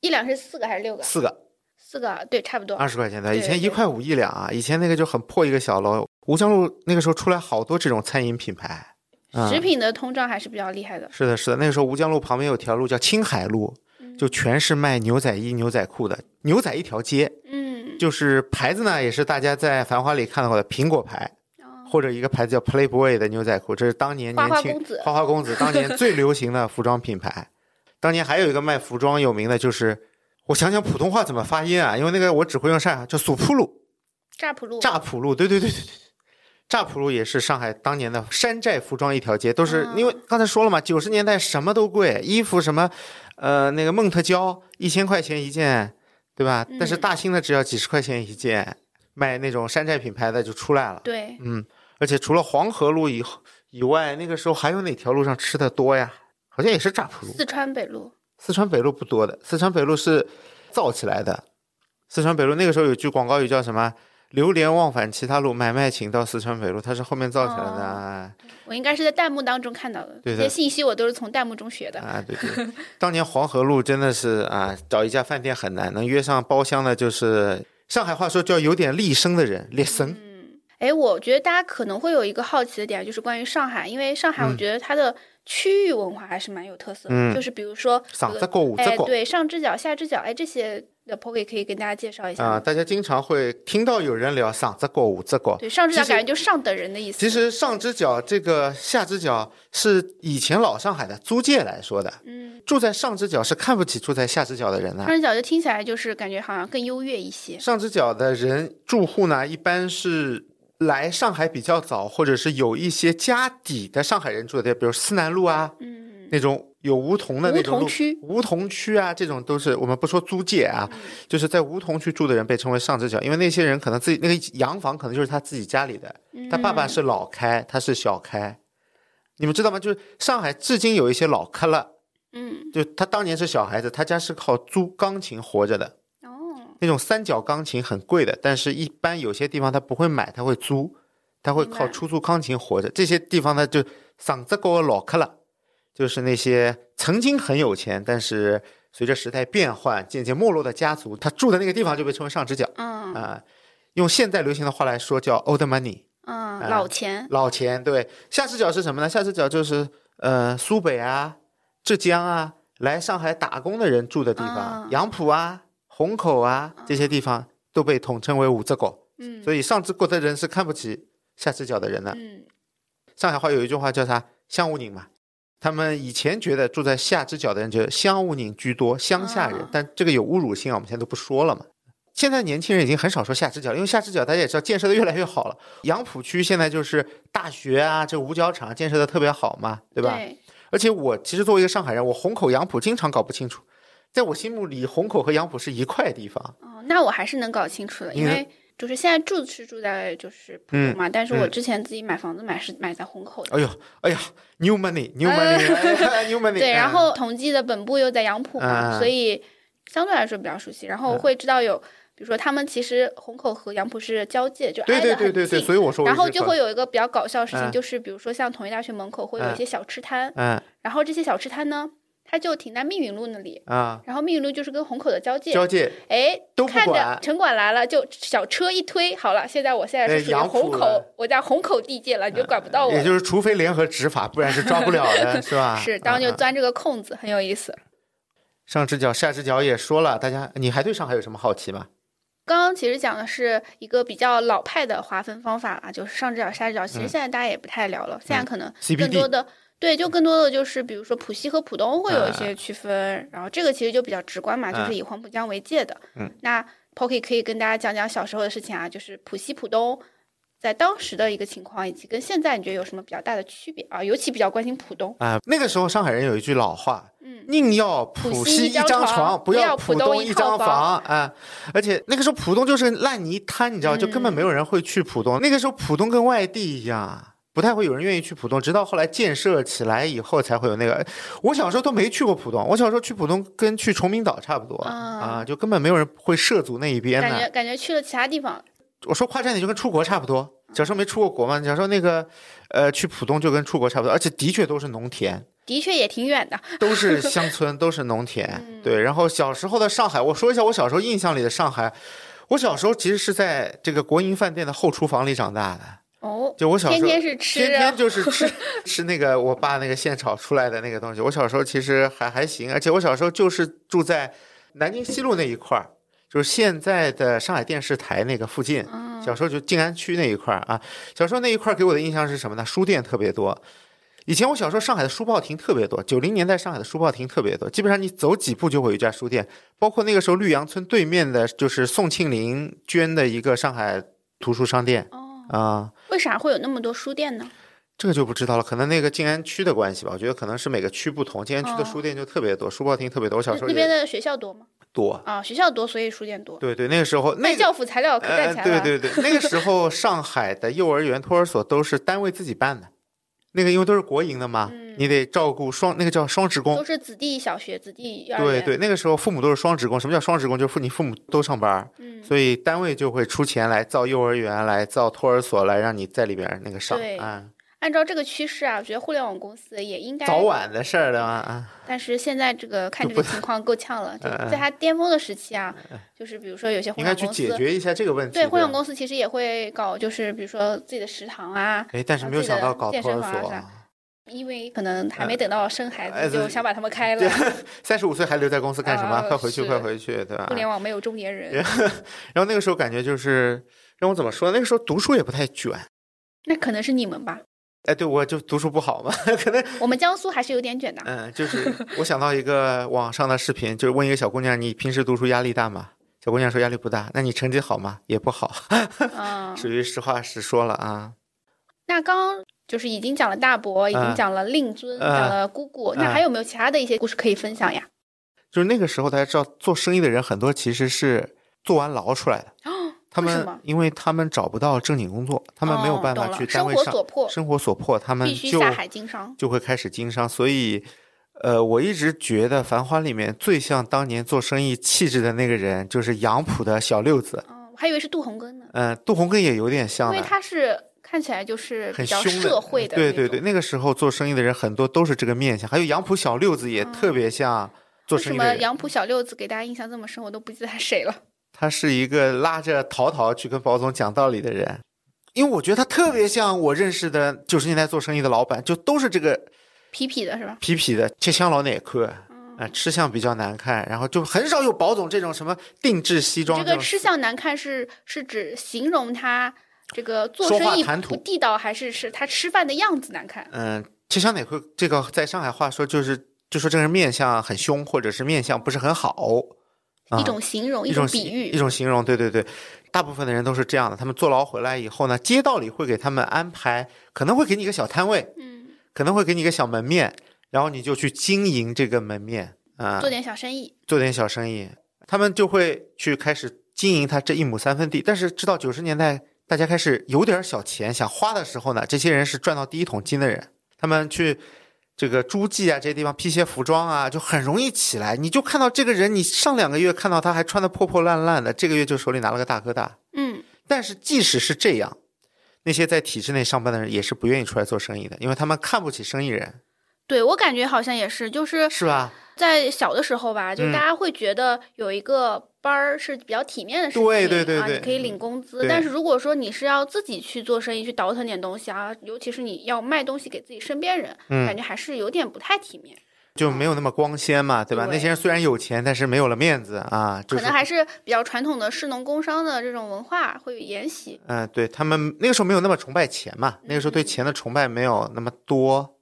A: 一两是四个还是六个？
B: 四个
A: 四个，对，差不多。
B: 二十块钱的。
A: 对
B: 以前
A: 对
B: 一块五一两啊，以前那个就很破一个小楼。吴江路那个时候出来好多这种餐饮品牌，嗯
A: 食品的通胀还是比较厉害的。
B: 是的，是的。那个时候吴江路旁边有条路叫青海路，
A: 嗯
B: 就全是卖牛仔衣、牛仔裤的，牛仔一条街，
A: 嗯，
B: 就是牌子呢也是大家在《繁花》里看到过的苹果牌。
A: 哦
B: 或者一个牌子叫 Playboy 的牛仔裤，这是当年年
A: 花
B: 轻
A: 花公子
B: 花花公子当年最流行的服装品牌。当年还有一个卖服装有名的，就是我想想普通话怎么发音啊，因为那个我只会用上海话叫索普鲁、
A: 乍浦路，
B: 乍浦路，对对对对对。乍浦路也是上海当年的山寨服装一条街，都是
A: 嗯
B: 因为刚才说了嘛，九十年代什么都贵，衣服什么，呃，那个梦特娇一千块钱一件，对吧？但是
A: 嗯
B: 大兴的只要几十块钱一件，卖那种山寨品牌的就出来了。
A: 对，
B: 嗯，而且除了黄河路以后以外，那个时候还有哪条路上吃的多呀？好像也是乍浦路，
A: 四川北路，
B: 四川北路不多的，四川北路是造起来的。四川北路那个时候有句广告语叫什么？流连忘返其他路，买卖请到四川北路，它是后面造起来
A: 哦
B: 的啊。
A: 我应该是在弹幕当中看到的，
B: 对
A: 这
B: 的
A: 些信息我都是从弹幕中学的。
B: 啊，对对，当年黄河路真的是啊，找一家饭店很难，能约上包厢的，就是上海话说叫有点立生的人，
A: 嗯
B: 猎生。
A: 哎，我觉得大家可能会有一个好奇的点，就是关于上海，因为上海我
B: 嗯
A: 觉得它的区域文化还是蛮有特色的，
B: 嗯
A: 就是比如说
B: 嗓
A: 有
B: 子
A: 个
B: 够，舞子
A: 哎，
B: 够
A: 对，上肢脚、下肢脚，哎，这些的 p o k e 可以跟大家介绍一下吗。
B: 啊！大家经常会听到有人聊嗓子够，舞子够。
A: 对，上肢脚
B: 其实
A: 感觉就是上等人的意思。
B: 其实上只脚这个下只脚是以前老上海的租界来说的，
A: 嗯，
B: 住在上只脚是看不起住在下只脚的人的、啊
A: 上肢脚就听起来就是感觉好像更优越一些。
B: 上只脚的人住户呢，一般是来上海比较早，或者是有一些家底的上海人住的地方，比如思南路啊
A: 嗯，
B: 那种有梧桐的那种路
A: 梧桐区嗯
B: 梧桐区啊，这种都是我们不说租界啊，就是在梧桐区住的人被称为上只脚，因为那些人可能自己那个洋房可能就是他自己家里的，他爸爸是老开，他是小开，你们知道吗？就是上海至今有一些老开了，
A: 嗯，
B: 就他当年是小孩子，他家是靠租钢琴活着的，
A: 哦，
B: 那种三角钢琴很贵的，但是一般有些地方他不会买，他会租，他会靠
A: 明白
B: 出租钢琴活着。这些地方呢，就嗓子够老克了，就是那些曾经很有钱，但是随着时代变换渐渐没落的家族，他住的那个地方就被称为上直角啊、
A: 嗯
B: 用现在流行的话来说叫 old money，啊
A: 嗯，老钱，
B: 老钱。对，下视角是什么呢？下视角就是呃苏北啊、浙江啊来上海打工的人住的地方
A: 啊，
B: 杨浦啊、虹口啊这些地方都被统称为五只狗，
A: 嗯
B: 所以上只狗的人是看不起下视角的人的。
A: 嗯，
B: 上海话有一句话叫啥？乡务人嘛。他们以前觉得住在下只脚的人觉得乡务人居多，乡下人
A: 啊，
B: 但这个有侮辱性啊，我们现在都不说了嘛。现在年轻人已经很少说下只脚，因为下只脚大家也知道建设的越来越好了。杨浦区现在就是大学啊，这五角场建设的特别好嘛，对吧？而且我其实作为一个上海人，我虹口杨浦经常搞不清楚，在我心目里，虹口和杨浦是一块地方。
A: 哦，那我还是能搞清楚的，
B: 嗯
A: 因为就是现在住是住在就是浦
B: 嗯
A: 东嘛，但是我
B: 嗯
A: 之前自己买房子买是买在虹口的。
B: 哎呦，哎呀，new money，new money，new money。
A: 对，然
B: 嗯
A: 后同济的本部又在杨浦嘛，
B: 嗯
A: 所以相对来说比较熟悉。然后会知道有，比如说他们其实虹口和杨浦是交界，就
B: 对
A: 挨
B: 对
A: 得
B: 对
A: 哎很
B: 对对，
A: 近。
B: 所以我说我
A: 然
B: 一
A: 后
B: 直
A: 就
B: 说
A: 会有一个比较搞笑的事情，
B: 嗯
A: 就是比如说像同济大学门口会有一些小吃摊，
B: 嗯
A: 然后这些小吃摊呢，它就停在密云路那里，
B: 啊。
A: 然后密云路就是跟虹口的交界。
B: 交界
A: 哎，
B: 都不
A: 看着
B: 管
A: 城管来了，就小车一推，好了，现在我现在
B: 哎
A: 是属于
B: 杨浦
A: 虹口
B: 了，
A: 我在虹口地界了，你就管不到我
B: 也
A: 了。
B: 就是除非联合执法，不然是抓不了 的，是吧？
A: 是，当时就
B: 嗯嗯
A: 钻这个空子，很有意思。
B: 上只脚下只脚也说了，大家你还对上海有什么好奇吗？
A: 刚刚其实讲的是一个比较老派的划分方法啦，就是上至角、下至角。其实
B: 嗯
A: 现在大家也不太聊了，现在可能
B: CBD
A: 更多的对，就更多的就是比如说浦西和浦东会有一
B: 哎
A: 些区分，然后这个其实就比较直观嘛，
B: 嗯
A: 就是以黄浦江为界的。
B: 嗯，
A: 那 Pocky 可以跟大家讲讲小时候的事情啊，就是浦西、浦东在当时的一个情况，以及跟现在你觉得有什么比较大的区别啊？尤其比较关心浦东。
B: 啊、那个时候上海人有一句老话，
A: 嗯
B: 宁要
A: 浦
B: 浦
A: 西
B: 西
A: 一张
B: 张
A: 床
B: 床，
A: 不要
B: 要
A: 浦
B: 浦
A: 东
B: 东
A: 一
B: 一
A: 套
B: 张
A: 房
B: 房啊、而且那个时候浦东就是烂泥滩，你知道，就根本
A: 嗯
B: 没有人会去浦东。那个时候浦东跟外地一样。不太会有人愿意去浦东，直到后来建设起来以后才会有那个。我小时候都没去过浦东，我小时候去浦东跟去崇明岛差不多
A: 啊
B: 啊，就根本没有人会涉足那一边的。
A: 感觉感觉去了其他地方，
B: 我说夸张点，就跟出国差不多。小时候没出过国嘛，小时候那个，呃，去浦东就跟出国差不多，而且的确都是农田，
A: 的确也挺远的。
B: 都是乡村，都是农田。
A: 嗯
B: 对，然后小时候的上海，我说一下我小时候印象里的上海。我小时候其实是在这个国营饭店的后厨房里长大的，
A: 哦，
B: 就我小时
A: 天
B: 候
A: 天是吃，啊
B: 天天 就是吃吃那个我爸那个现炒出来的那个东西。我小时候其实还还行，而且我小时候就是住在南京西路那一块儿，就是现在的上海电视台那个附近。
A: 哦
B: 小时候就静安区那一块儿啊，小时候那一块儿给我的印象是什么呢？书店特别多。以前我小时候上海的书报亭特别多，九零年代上海的书报亭特别多，基本上你走几步就会有一家书店。包括那个时候绿杨村对面的就是宋庆龄捐的一个上海图书商店
A: 哦，
B: 啊。
A: 为啥会有那么多书店呢？
B: 这个就不知道了，可能那个静安区的关系吧，我觉得可能是每个区不同，静安区的
A: 哦
B: 书店就特别多，书报亭特别多。我小时
A: 那
B: 候
A: 那边
B: 也
A: 的学校多吗？
B: 多，
A: 啊，学校多，所以书店多。
B: 对对，那个时候
A: 卖
B: 那个
A: 教辅材料可
B: 呃
A: 赚钱了。
B: 对对对，那个时 候上海的幼儿园、托儿所都是单位自己办的，那个因为都是国营的嘛，
A: 嗯
B: 你得照顾双那个叫双职工
A: 都，是子弟小学、子弟幼儿
B: 对
A: 园
B: 对，那个时候父母都是双职工。什么叫双职工？就是父你父母都上班儿，
A: 嗯，
B: 所以单位就会出钱来造幼儿园，来造托儿所，来让你在里边儿那个上
A: 对
B: 啊，
A: 按照这个趋势啊，我觉得互联网公司也应该
B: 早晚的事儿的嘛啊。
A: 但是现在这个看
B: 就
A: 这个
B: 不
A: 情况够 呛了，就
B: 嗯嗯
A: 在它巅峰的时期啊，就是比如说有些互
B: 应
A: 联
B: 该
A: 网
B: 去解
A: 公司，
B: 决一下这个问题。
A: 对互联网公司其实也会搞，就是比如说自己的食堂啊，
B: 哎，但是没有想到搞
A: 健
B: 托
A: 身
B: 儿
A: 房啊
B: 所
A: 啥，因为可能还没等到生孩
B: 哎
A: 子就
B: 对
A: 想把他们开了
B: 对， 三十五岁还留在公司干什么？
A: 啊
B: 快回去，
A: 是
B: 快回去，对吧
A: 互？联网没有中年人，
B: 然后那个时候感觉就是，让我怎么说？那个时候读书也不太卷。
A: 那可能是你们吧，
B: 哎，对，我就读书不好嘛， 可能
A: 我们江苏还是有点卷的，
B: 嗯，就是 我想到一个网上的视频，就是问一个小姑娘，你平时读书压力大吗？小姑娘说压力不大，那你成绩好吗？也不好，
A: 嗯，
B: 属于实话实说了啊。
A: 那刚刚就是已经讲了大伯，已经讲了令尊，
B: 嗯
A: 讲了姑姑，那
B: 嗯
A: 还有没有其他的一些故事可以分享呀？
B: 就是那个时候，大家知道做生意的人很多其实是坐完牢出来的，他
A: 哦为什
B: 们
A: 么
B: 因为他们找不到正经工作，他们没有
A: 哦
B: 办
A: 懂
B: 法
A: 了
B: 去单
A: 生
B: 位
A: 活
B: 上，
A: 所迫，
B: 生活所迫，他们
A: 必须
B: 就
A: 下海经商。
B: 就会开始经商。所以，呃，我一直觉得《繁花》里面最像当年做生意气质的那个人，就是杨浦的小六子。
A: 哦，我还以为是杜洪根呢，
B: 嗯、杜洪根也有点像
A: 因
B: 的，
A: 为他是看起来就是比
B: 很
A: 较
B: 凶的，嗯
A: 社会的那
B: 对
A: 种，
B: 对对，那个时候做生意的人很多都是这个面相，还有杨浦小六子也特别像做
A: 嗯为什
B: 生意
A: 么
B: 的人。
A: 杨浦小六子给大家印象这么深，我都不记得他谁了。
B: 他是一个拉着淘淘去跟宝总讲道理的人，因为我觉得他特别像我认识的九十年代做生意的老板，就都是这个
A: 痞痞的是吧？
B: 痞痞的，吃香老哪科，啊、
A: 嗯
B: 吃相比较难看，然后就很少有宝总这种什么定制西装
A: 这个
B: 种
A: 吃相难看是是指形容他这个做
B: 说
A: 生
B: 话
A: 意
B: 谈吐
A: 不地道，还是是他吃饭的样子难看？
B: 嗯，吃香哪科这个在上海话说就是就说这个人面相很凶，或者是面相不是很好，啊
A: 一种形容，
B: 一
A: 种
B: 形
A: 比
B: 一
A: 喻。
B: 种形容，对对对，大部分的人都是这样的。他们坐牢回来以后呢，街道里会给他们安排，可能会给你一个小摊位，
A: 嗯，
B: 可能会给你一个小门面，然后你就去经营这个门面啊、
A: 做点小生意，
B: 做点小生意。他们就会去开始经营他这一亩三分地。但是直到九十年代，大家开始有点小钱想花的时候呢，这些人是赚到第一桶金的人，他们去。这个诸暨啊，这些地方批些服装啊，就很容易起来。你就看到这个人，你上两个月看到他还穿的破破烂烂的，这个月就手里拿了个大哥大。
A: 嗯，
B: 但是即使是这样，那些在体制内上班的人也是不愿意出来做生意的，因为他们看不起生意人，
A: 对我感觉好像也是，就是
B: 是吧？
A: 在小的时候吧，就
B: 嗯
A: 大家会觉得有一个班儿是比较体面的事情，
B: 对对对
A: 啊，你
B: 对嗯
A: 可以领工资。
B: 对
A: 但是如果说你是要自己去做生意，去倒腾点东西啊，尤其是你要卖东西给自己身边人，
B: 嗯
A: 感觉还是有点不太体面。
B: 就没有那么光鲜嘛，对吧？
A: 对
B: 那些人虽然有钱，但是没有了面子啊，就
A: 可
B: 是
A: 能还是比较传统的士农工商的这种文化会沿袭。
B: 嗯、对他们那个时候没有那么崇拜钱嘛，那个时候
A: 嗯
B: 对钱的崇拜没有那么多，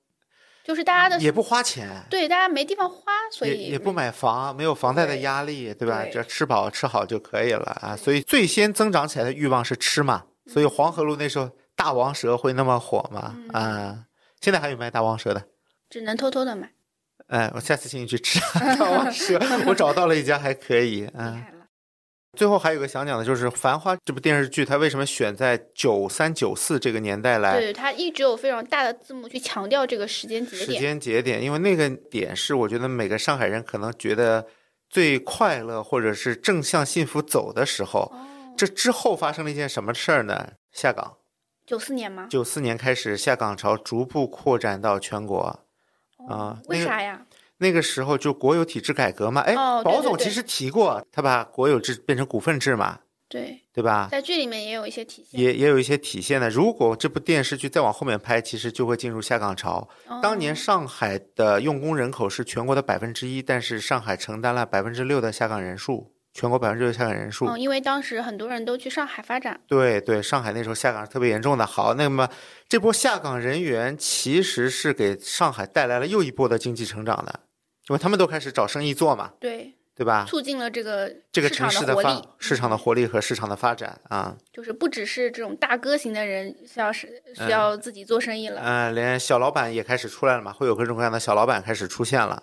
A: 就是大家的
B: 嗯也不花钱，
A: 对大家没地方花，所
B: 也
A: 以
B: 也不买房，没有房贷的压力，对吧？
A: 对
B: 只要吃饱吃好就可以了啊。所以最先增长起来的欲望是吃嘛，所以黄河路那时候大王蛇会那么火嘛
A: 嗯
B: 啊、现在还有卖大王蛇的。
A: 只能偷偷的买，
B: 哎，我下次请你去吃 大王 蛇，我找到了一家还可以。
A: 厉
B: 嗯，
A: 害了。
B: 最后还有个想讲的就是《繁花》这部电视剧，它为什么选在九三九四这个年代来
A: 对，它一直有非常大的字幕去强调这个时间节
B: 时
A: 点。
B: 间节点，因为那个点是我觉得每个上海人可能觉得最快乐或者是正向幸福走的时候。
A: 哦，
B: 这之后发生了一件什么事儿呢？下岗，
A: 九四年吗？
B: 九四年开始下岗潮逐步扩展到全国。
A: 哦
B: 啊
A: 为
B: 那个
A: 啥呀？
B: 那个时候就国有体制改革嘛，哎，
A: 哦对
B: 宝总
A: 对对
B: 其实提过，他把国有制变成股份制嘛，
A: 对，
B: 对吧？
A: 在剧里面也有一些体现。
B: 啊也也有一些体现的。如果这部电视剧再往后面拍，其实就会进入下岗潮。当年
A: 哦
B: 上海的用工人口是全国的百分之一，但是上海承担了百分之六的下岗人数，全国百分之六下岗人数。
A: 嗯，因为当时很多人都去上海发展，
B: 对对，上海那时候下岗是特别严重的。好，那么这波下岗人员其实是给上海带来了又一波的经济成长的，因为他们都开始找生意做嘛，
A: 对，
B: 对吧？
A: 促进了这个
B: 啊这个
A: 市
B: 城
A: 场
B: 市
A: 活
B: 发
A: 力，嗯
B: 市场的活力和市场的发展啊，
A: 就是不只是这种大哥型的人需要是需
B: 嗯
A: 要自己做生意了。
B: 嗯、连小老板也开始出来了嘛，会有各种各样的小老板开始出现了。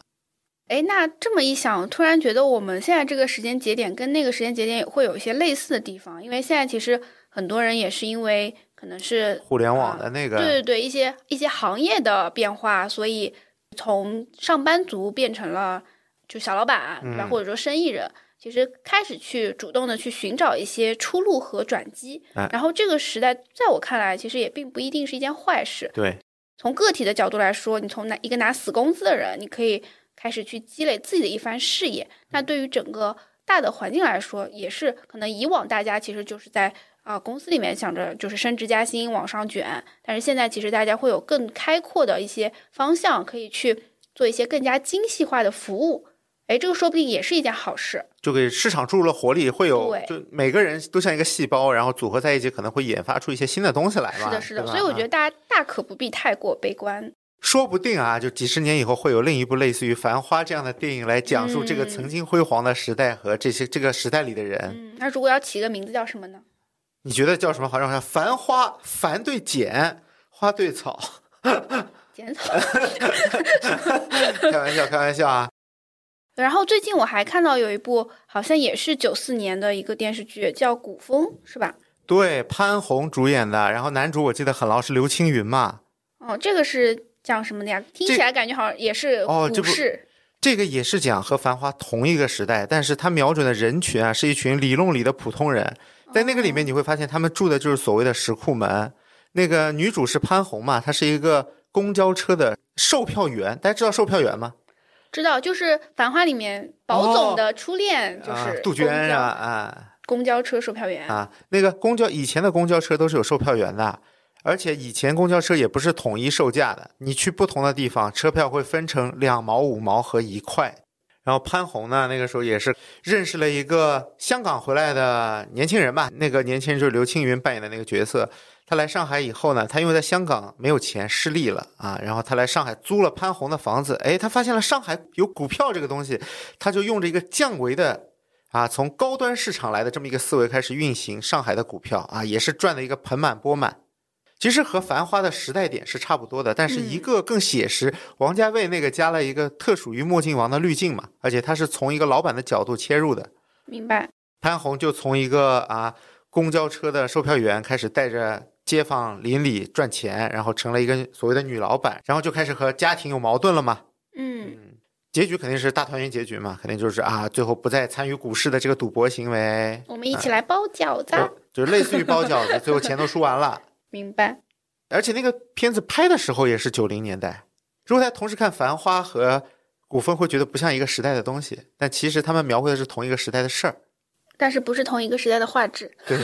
A: 哎，那这么一想，突然觉得我们现在这个时间节点跟那个时间节点也会有一些类似的地方，因为现在其实很多人也是因为可能是
B: 互联网的那个，
A: 啊对对对，一些一些行业的变化，所以从上班族变成了就小老板，
B: 嗯
A: 然后或者说生意人，其实开始去主动的去寻找一些出路和转机。
B: 哎
A: 然后这个时代，在我看来，其实也并不一定是一件坏事。
B: 对
A: 从个体的角度来说，你从拿一个拿死工资的人，你可以开始去积累自己的一番事业。那对于整个大的环境来说，也是可能以往大家其实就是在啊、公司里面想着就是升职加薪往上卷，但是现在其实大家会有更开阔的一些方向，可以去做一些更加精细化的服务。哎，这个说不定也是一件好事。
B: 就给市场注入了活力，会有
A: 对
B: 就每个人都像一个细胞，然后组合在一起，可能会研发出一些新的东西来
A: 是
B: 嘛。
A: 的，是的。
B: 对吧
A: 所以我觉得
B: 啊
A: 大家大可不必太过悲观。
B: 说不定啊，就几十年以后会有另一部类似于《繁花》这样的电影来讲述这个
A: 嗯
B: 曾经辉煌的时代和这些这个时代里的人。
A: 嗯，那如果要起一个名字叫什么呢？
B: 你觉得叫什么好？让我想，繁花，繁对简，花对草。
A: 剪草。
B: 开玩笑，开玩笑啊！
A: 然后最近我还看到有一部好像也是九四年的一个电视剧，叫《古风》，是吧？
B: 对，潘虹主演的，然后男主我记得很老是刘青云嘛。
A: 哦，这个是讲什么的呀？听起来感觉好像也是
B: 哦这
A: 股
B: 不
A: 市，
B: 这个也是讲和《繁花》同一个时代，但是他瞄准的人群啊，是一群里弄里的普通人。在那个里面，你会发现他们住的就是所谓的石库门。那个女主是潘虹嘛，她是一个公交车的售票员。大家知道售票员吗？
A: 知道就是《繁花》里面宝总的初恋就是、
B: 哦啊，杜鹃啊，啊，
A: 公交车售票员。
B: 啊，那个公交以前的公交车都是有售票员的，而且以前公交车也不是统一售价的，你去不同的地方，车票会分成两毛、五毛和一块。然后潘虹呢，那个时候也是认识了一个香港回来的年轻人吧，那个年轻人就是刘青云扮演的那个角色。他来上海以后呢，他因为在香港没有钱失利了啊，然后他来上海租了潘虹的房子，哎，他发现了上海有股票这个东西，他就用着一个降维的啊，从高端市场来的这么一个思维开始运行上海的股票啊，也是赚的一个盆满钵满。其实和《繁花》的时代点是差不多的，但是一个更写实。王家卫那个加了一个特属于墨镜王的滤镜嘛，而且他是从一个老板的角度切入的。
A: 明白。嗯
B: 潘虹就从一个啊公交车的售票员开始带着街坊邻里赚钱，然后成了一个所谓的女老板，然后就开始和家庭有矛盾了嘛。
A: 嗯，
B: 结局肯定是大团圆结局嘛，肯定就是啊，最后不再参与股市的这个赌博行为，
A: 我们一起来包饺子。
B: 就就是类似于包饺子，最后钱都输完了。
A: 明白。
B: 而且那个片子拍的时候也是九零年代，如果大家同时看《繁花》和《古风》，会觉得不像一个时代的东西，但其实他们描绘的是同一个时代的事儿。
A: 但是不是同一个时代的画质？
B: 对，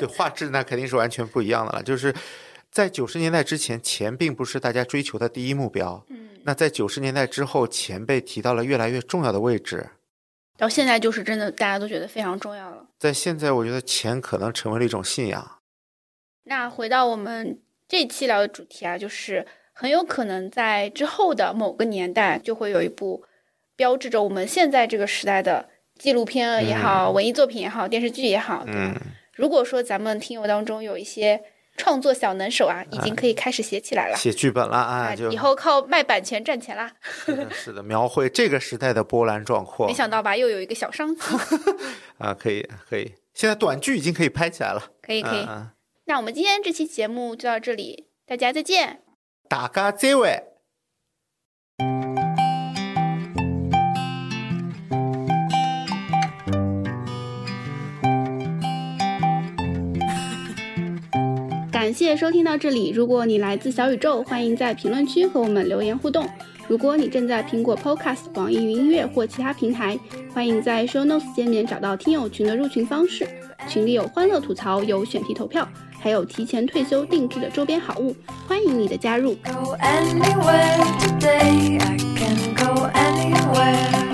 B: 对，画质那肯定是完全不一样的了。就是在九十年代之前，钱并不是大家追求的第一目标。
A: 嗯，
B: 那在九十年代之后，钱被提到了越来越重要的位置。
A: 到现在就是真的大家都觉得非常重要了。
B: 在现在，我觉得钱可能成为了一种信仰。
A: 那回到我们这一期聊的主题啊，就是很有可能在之后的某个年代，就会有一部标志着我们现在这个时代的纪录片也好、文艺作品也好、电视剧也好。对吧
B: 嗯，
A: 如果说咱们听友当中有一些创作小能手啊，已经可以开始写起来了。
B: 写剧本了啊，
A: 啊
B: 哎就
A: 以后靠卖版权赚钱啦！
B: 是的， 是的，描绘这个时代的波澜壮阔。
A: 没想到吧，又有一个小 商机，
B: 啊，可以可以，现在短剧已经可以拍起来了。
A: 可以可以。
B: 嗯嗯
A: 那我们今天这期节目就到这里，大家再见。
B: 大家再会。
A: 感谢收听到这里。如果你来自小宇宙，欢迎在评论区和我们留言互动。如果你正在苹果 Podcast、网易云音乐或其他平台，欢迎在 Show Notes 界面找到听友群的入群方式。群里有欢乐吐槽，有选题投票，还有提前退休定制的周边好物，欢迎你的加入。
C: Go anywhere today. I can go anywhere.